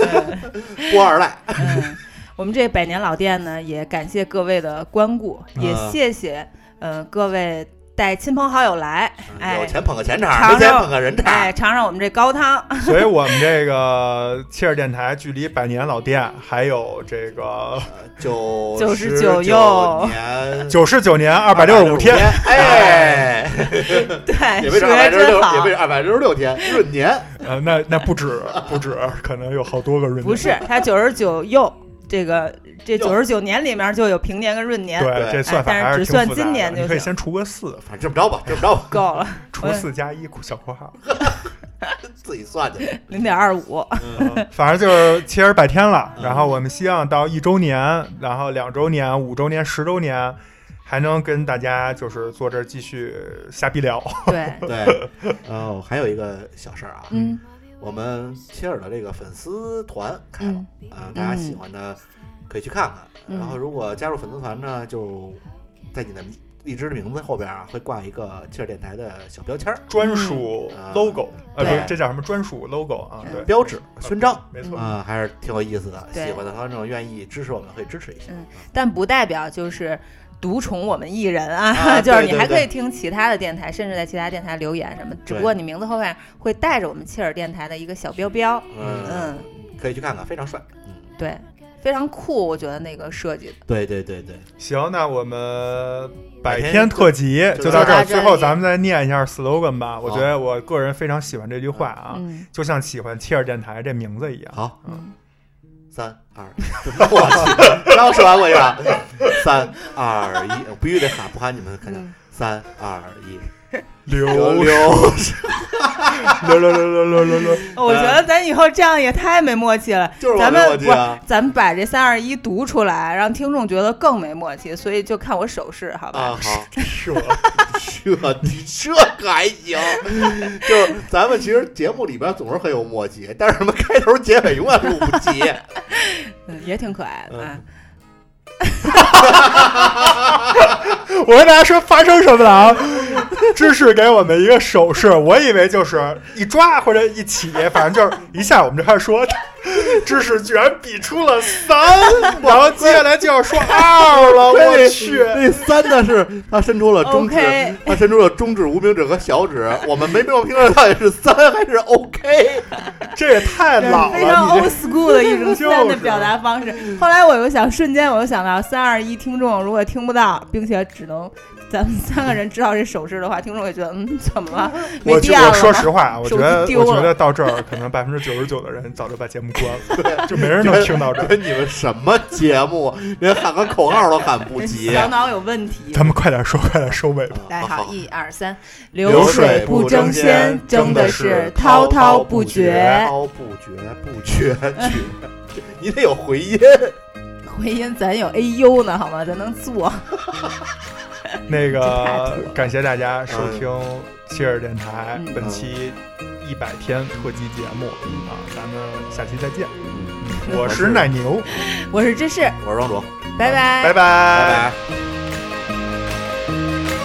富二代， 嗯，我们这百年老店呢，也感谢各位的光顾，也啊谢谢呃各位带亲朋好友来，哎嗯有钱捧个钱场，尝没钱尝捧个人场哎，。尝尝我们这高汤。嗯所以我们这个切尔电台距离百年老店还有这个呃九九十十九又嗯年九十九年二百六十五天，，哎，对， 也被说这二百的六十真六，也好被。这二百六十六天闰年。呃，那那不止 不止，可能有好多个润。不是，他九十九又这个这九十九年里面就有平年跟闰年，对，这算法哎但是还只挺算复杂今的，年就你可以行先除个四，反正这么着吧，这么着 吧，够了，除四加一小括号。嗯自己算去。零点二 五。反正就是切尔百天了，嗯然后我们希望到一周年，然后两周年、五周年、十周年，还能跟大家就是坐这儿继续瞎逼聊。对，嗯对，呃，还有一个小事儿啊，嗯我们切尔的这个粉丝团开了嗯，啊、大家嗯喜欢的可以去看看。嗯然后如果加入粉丝团呢，就在你的荔枝的名字后边啊会挂一个切尔电台的小标签儿、专属嗯 logo，呃，不对是，这叫什么专属 logo 啊？对，标志、勋章没错。啊、还是挺有意思的。对喜欢的观众愿意支持我们，会支持一下。但不代表就是独宠我们一人啊，啊 就是你对对还可以对听其他的电台，甚至在其他电台留言什么，只不过你名字后面会带着我们切尔电台的一个小标标，嗯，嗯，可以去看看，非常帅。嗯，对，非常酷，我觉得那个设计对对对对，行，那我们百天天特辑就就到这儿。就到这最里后，咱们再念一下 slogan 吧。我觉得我个人非常喜欢这句话啊，嗯就像喜欢切尔电台这名字一样。好，嗯，三二， 我去，让我说完我一把， 三二一，我必须得喊，不喊你们肯定。三二一，流流流流，流流流流流，我觉得咱以后这样也太没默契了， 就是我咱的们逻辑啊不，咱们把这三二一读出来，让听众觉得更没默契，所以就看我手势，好吧？啊！好，是我。这你这可还行， 就是咱们其实节目里边总是很有默契，但是什么开头结尾永远录不齐。嗯，也挺可爱的啊。 我跟大家说发生什么了啊？芝士给我们一个手势，我以为就是一抓或者一起，反正就是一下我们就开始说。芝士居然比出了三，然后接下来就要说二哎了，我去！那三呢是他伸出了中指 OK 他伸出了中指、无名指和小指，我们没弄清楚到底是三还是 OK。这也太老非常了，你 old 这 school 的一种就是三的表达方式。后来我又想，瞬间我又想到，三二一，听众如果听不到，并且只能咱们三个人知道这手势的话，听众也觉得嗯，怎么了？没我必觉要我了说吧实 话，啊我觉手得机丢我了觉得到这儿可能百分之九十九的人早就把节目关了，就 没人能听到这儿。跟你们什么节目，啊连喊个口号都喊不及。啊小脑有问题咱。们快点说，快点收尾吧。大家好好，一二三，流水水不争争先先，争的是滔滔不绝。滔不绝， 不绝绝。你得有回音，回音咱有 AU 呢，好吗？咱能做。那这太个土了感谢大家收听切尔电台嗯本期一百天特辑节目啊，咱们下期再见。嗯嗯我是奶牛， 我是芝士，我是庄主，拜拜拜拜拜拜。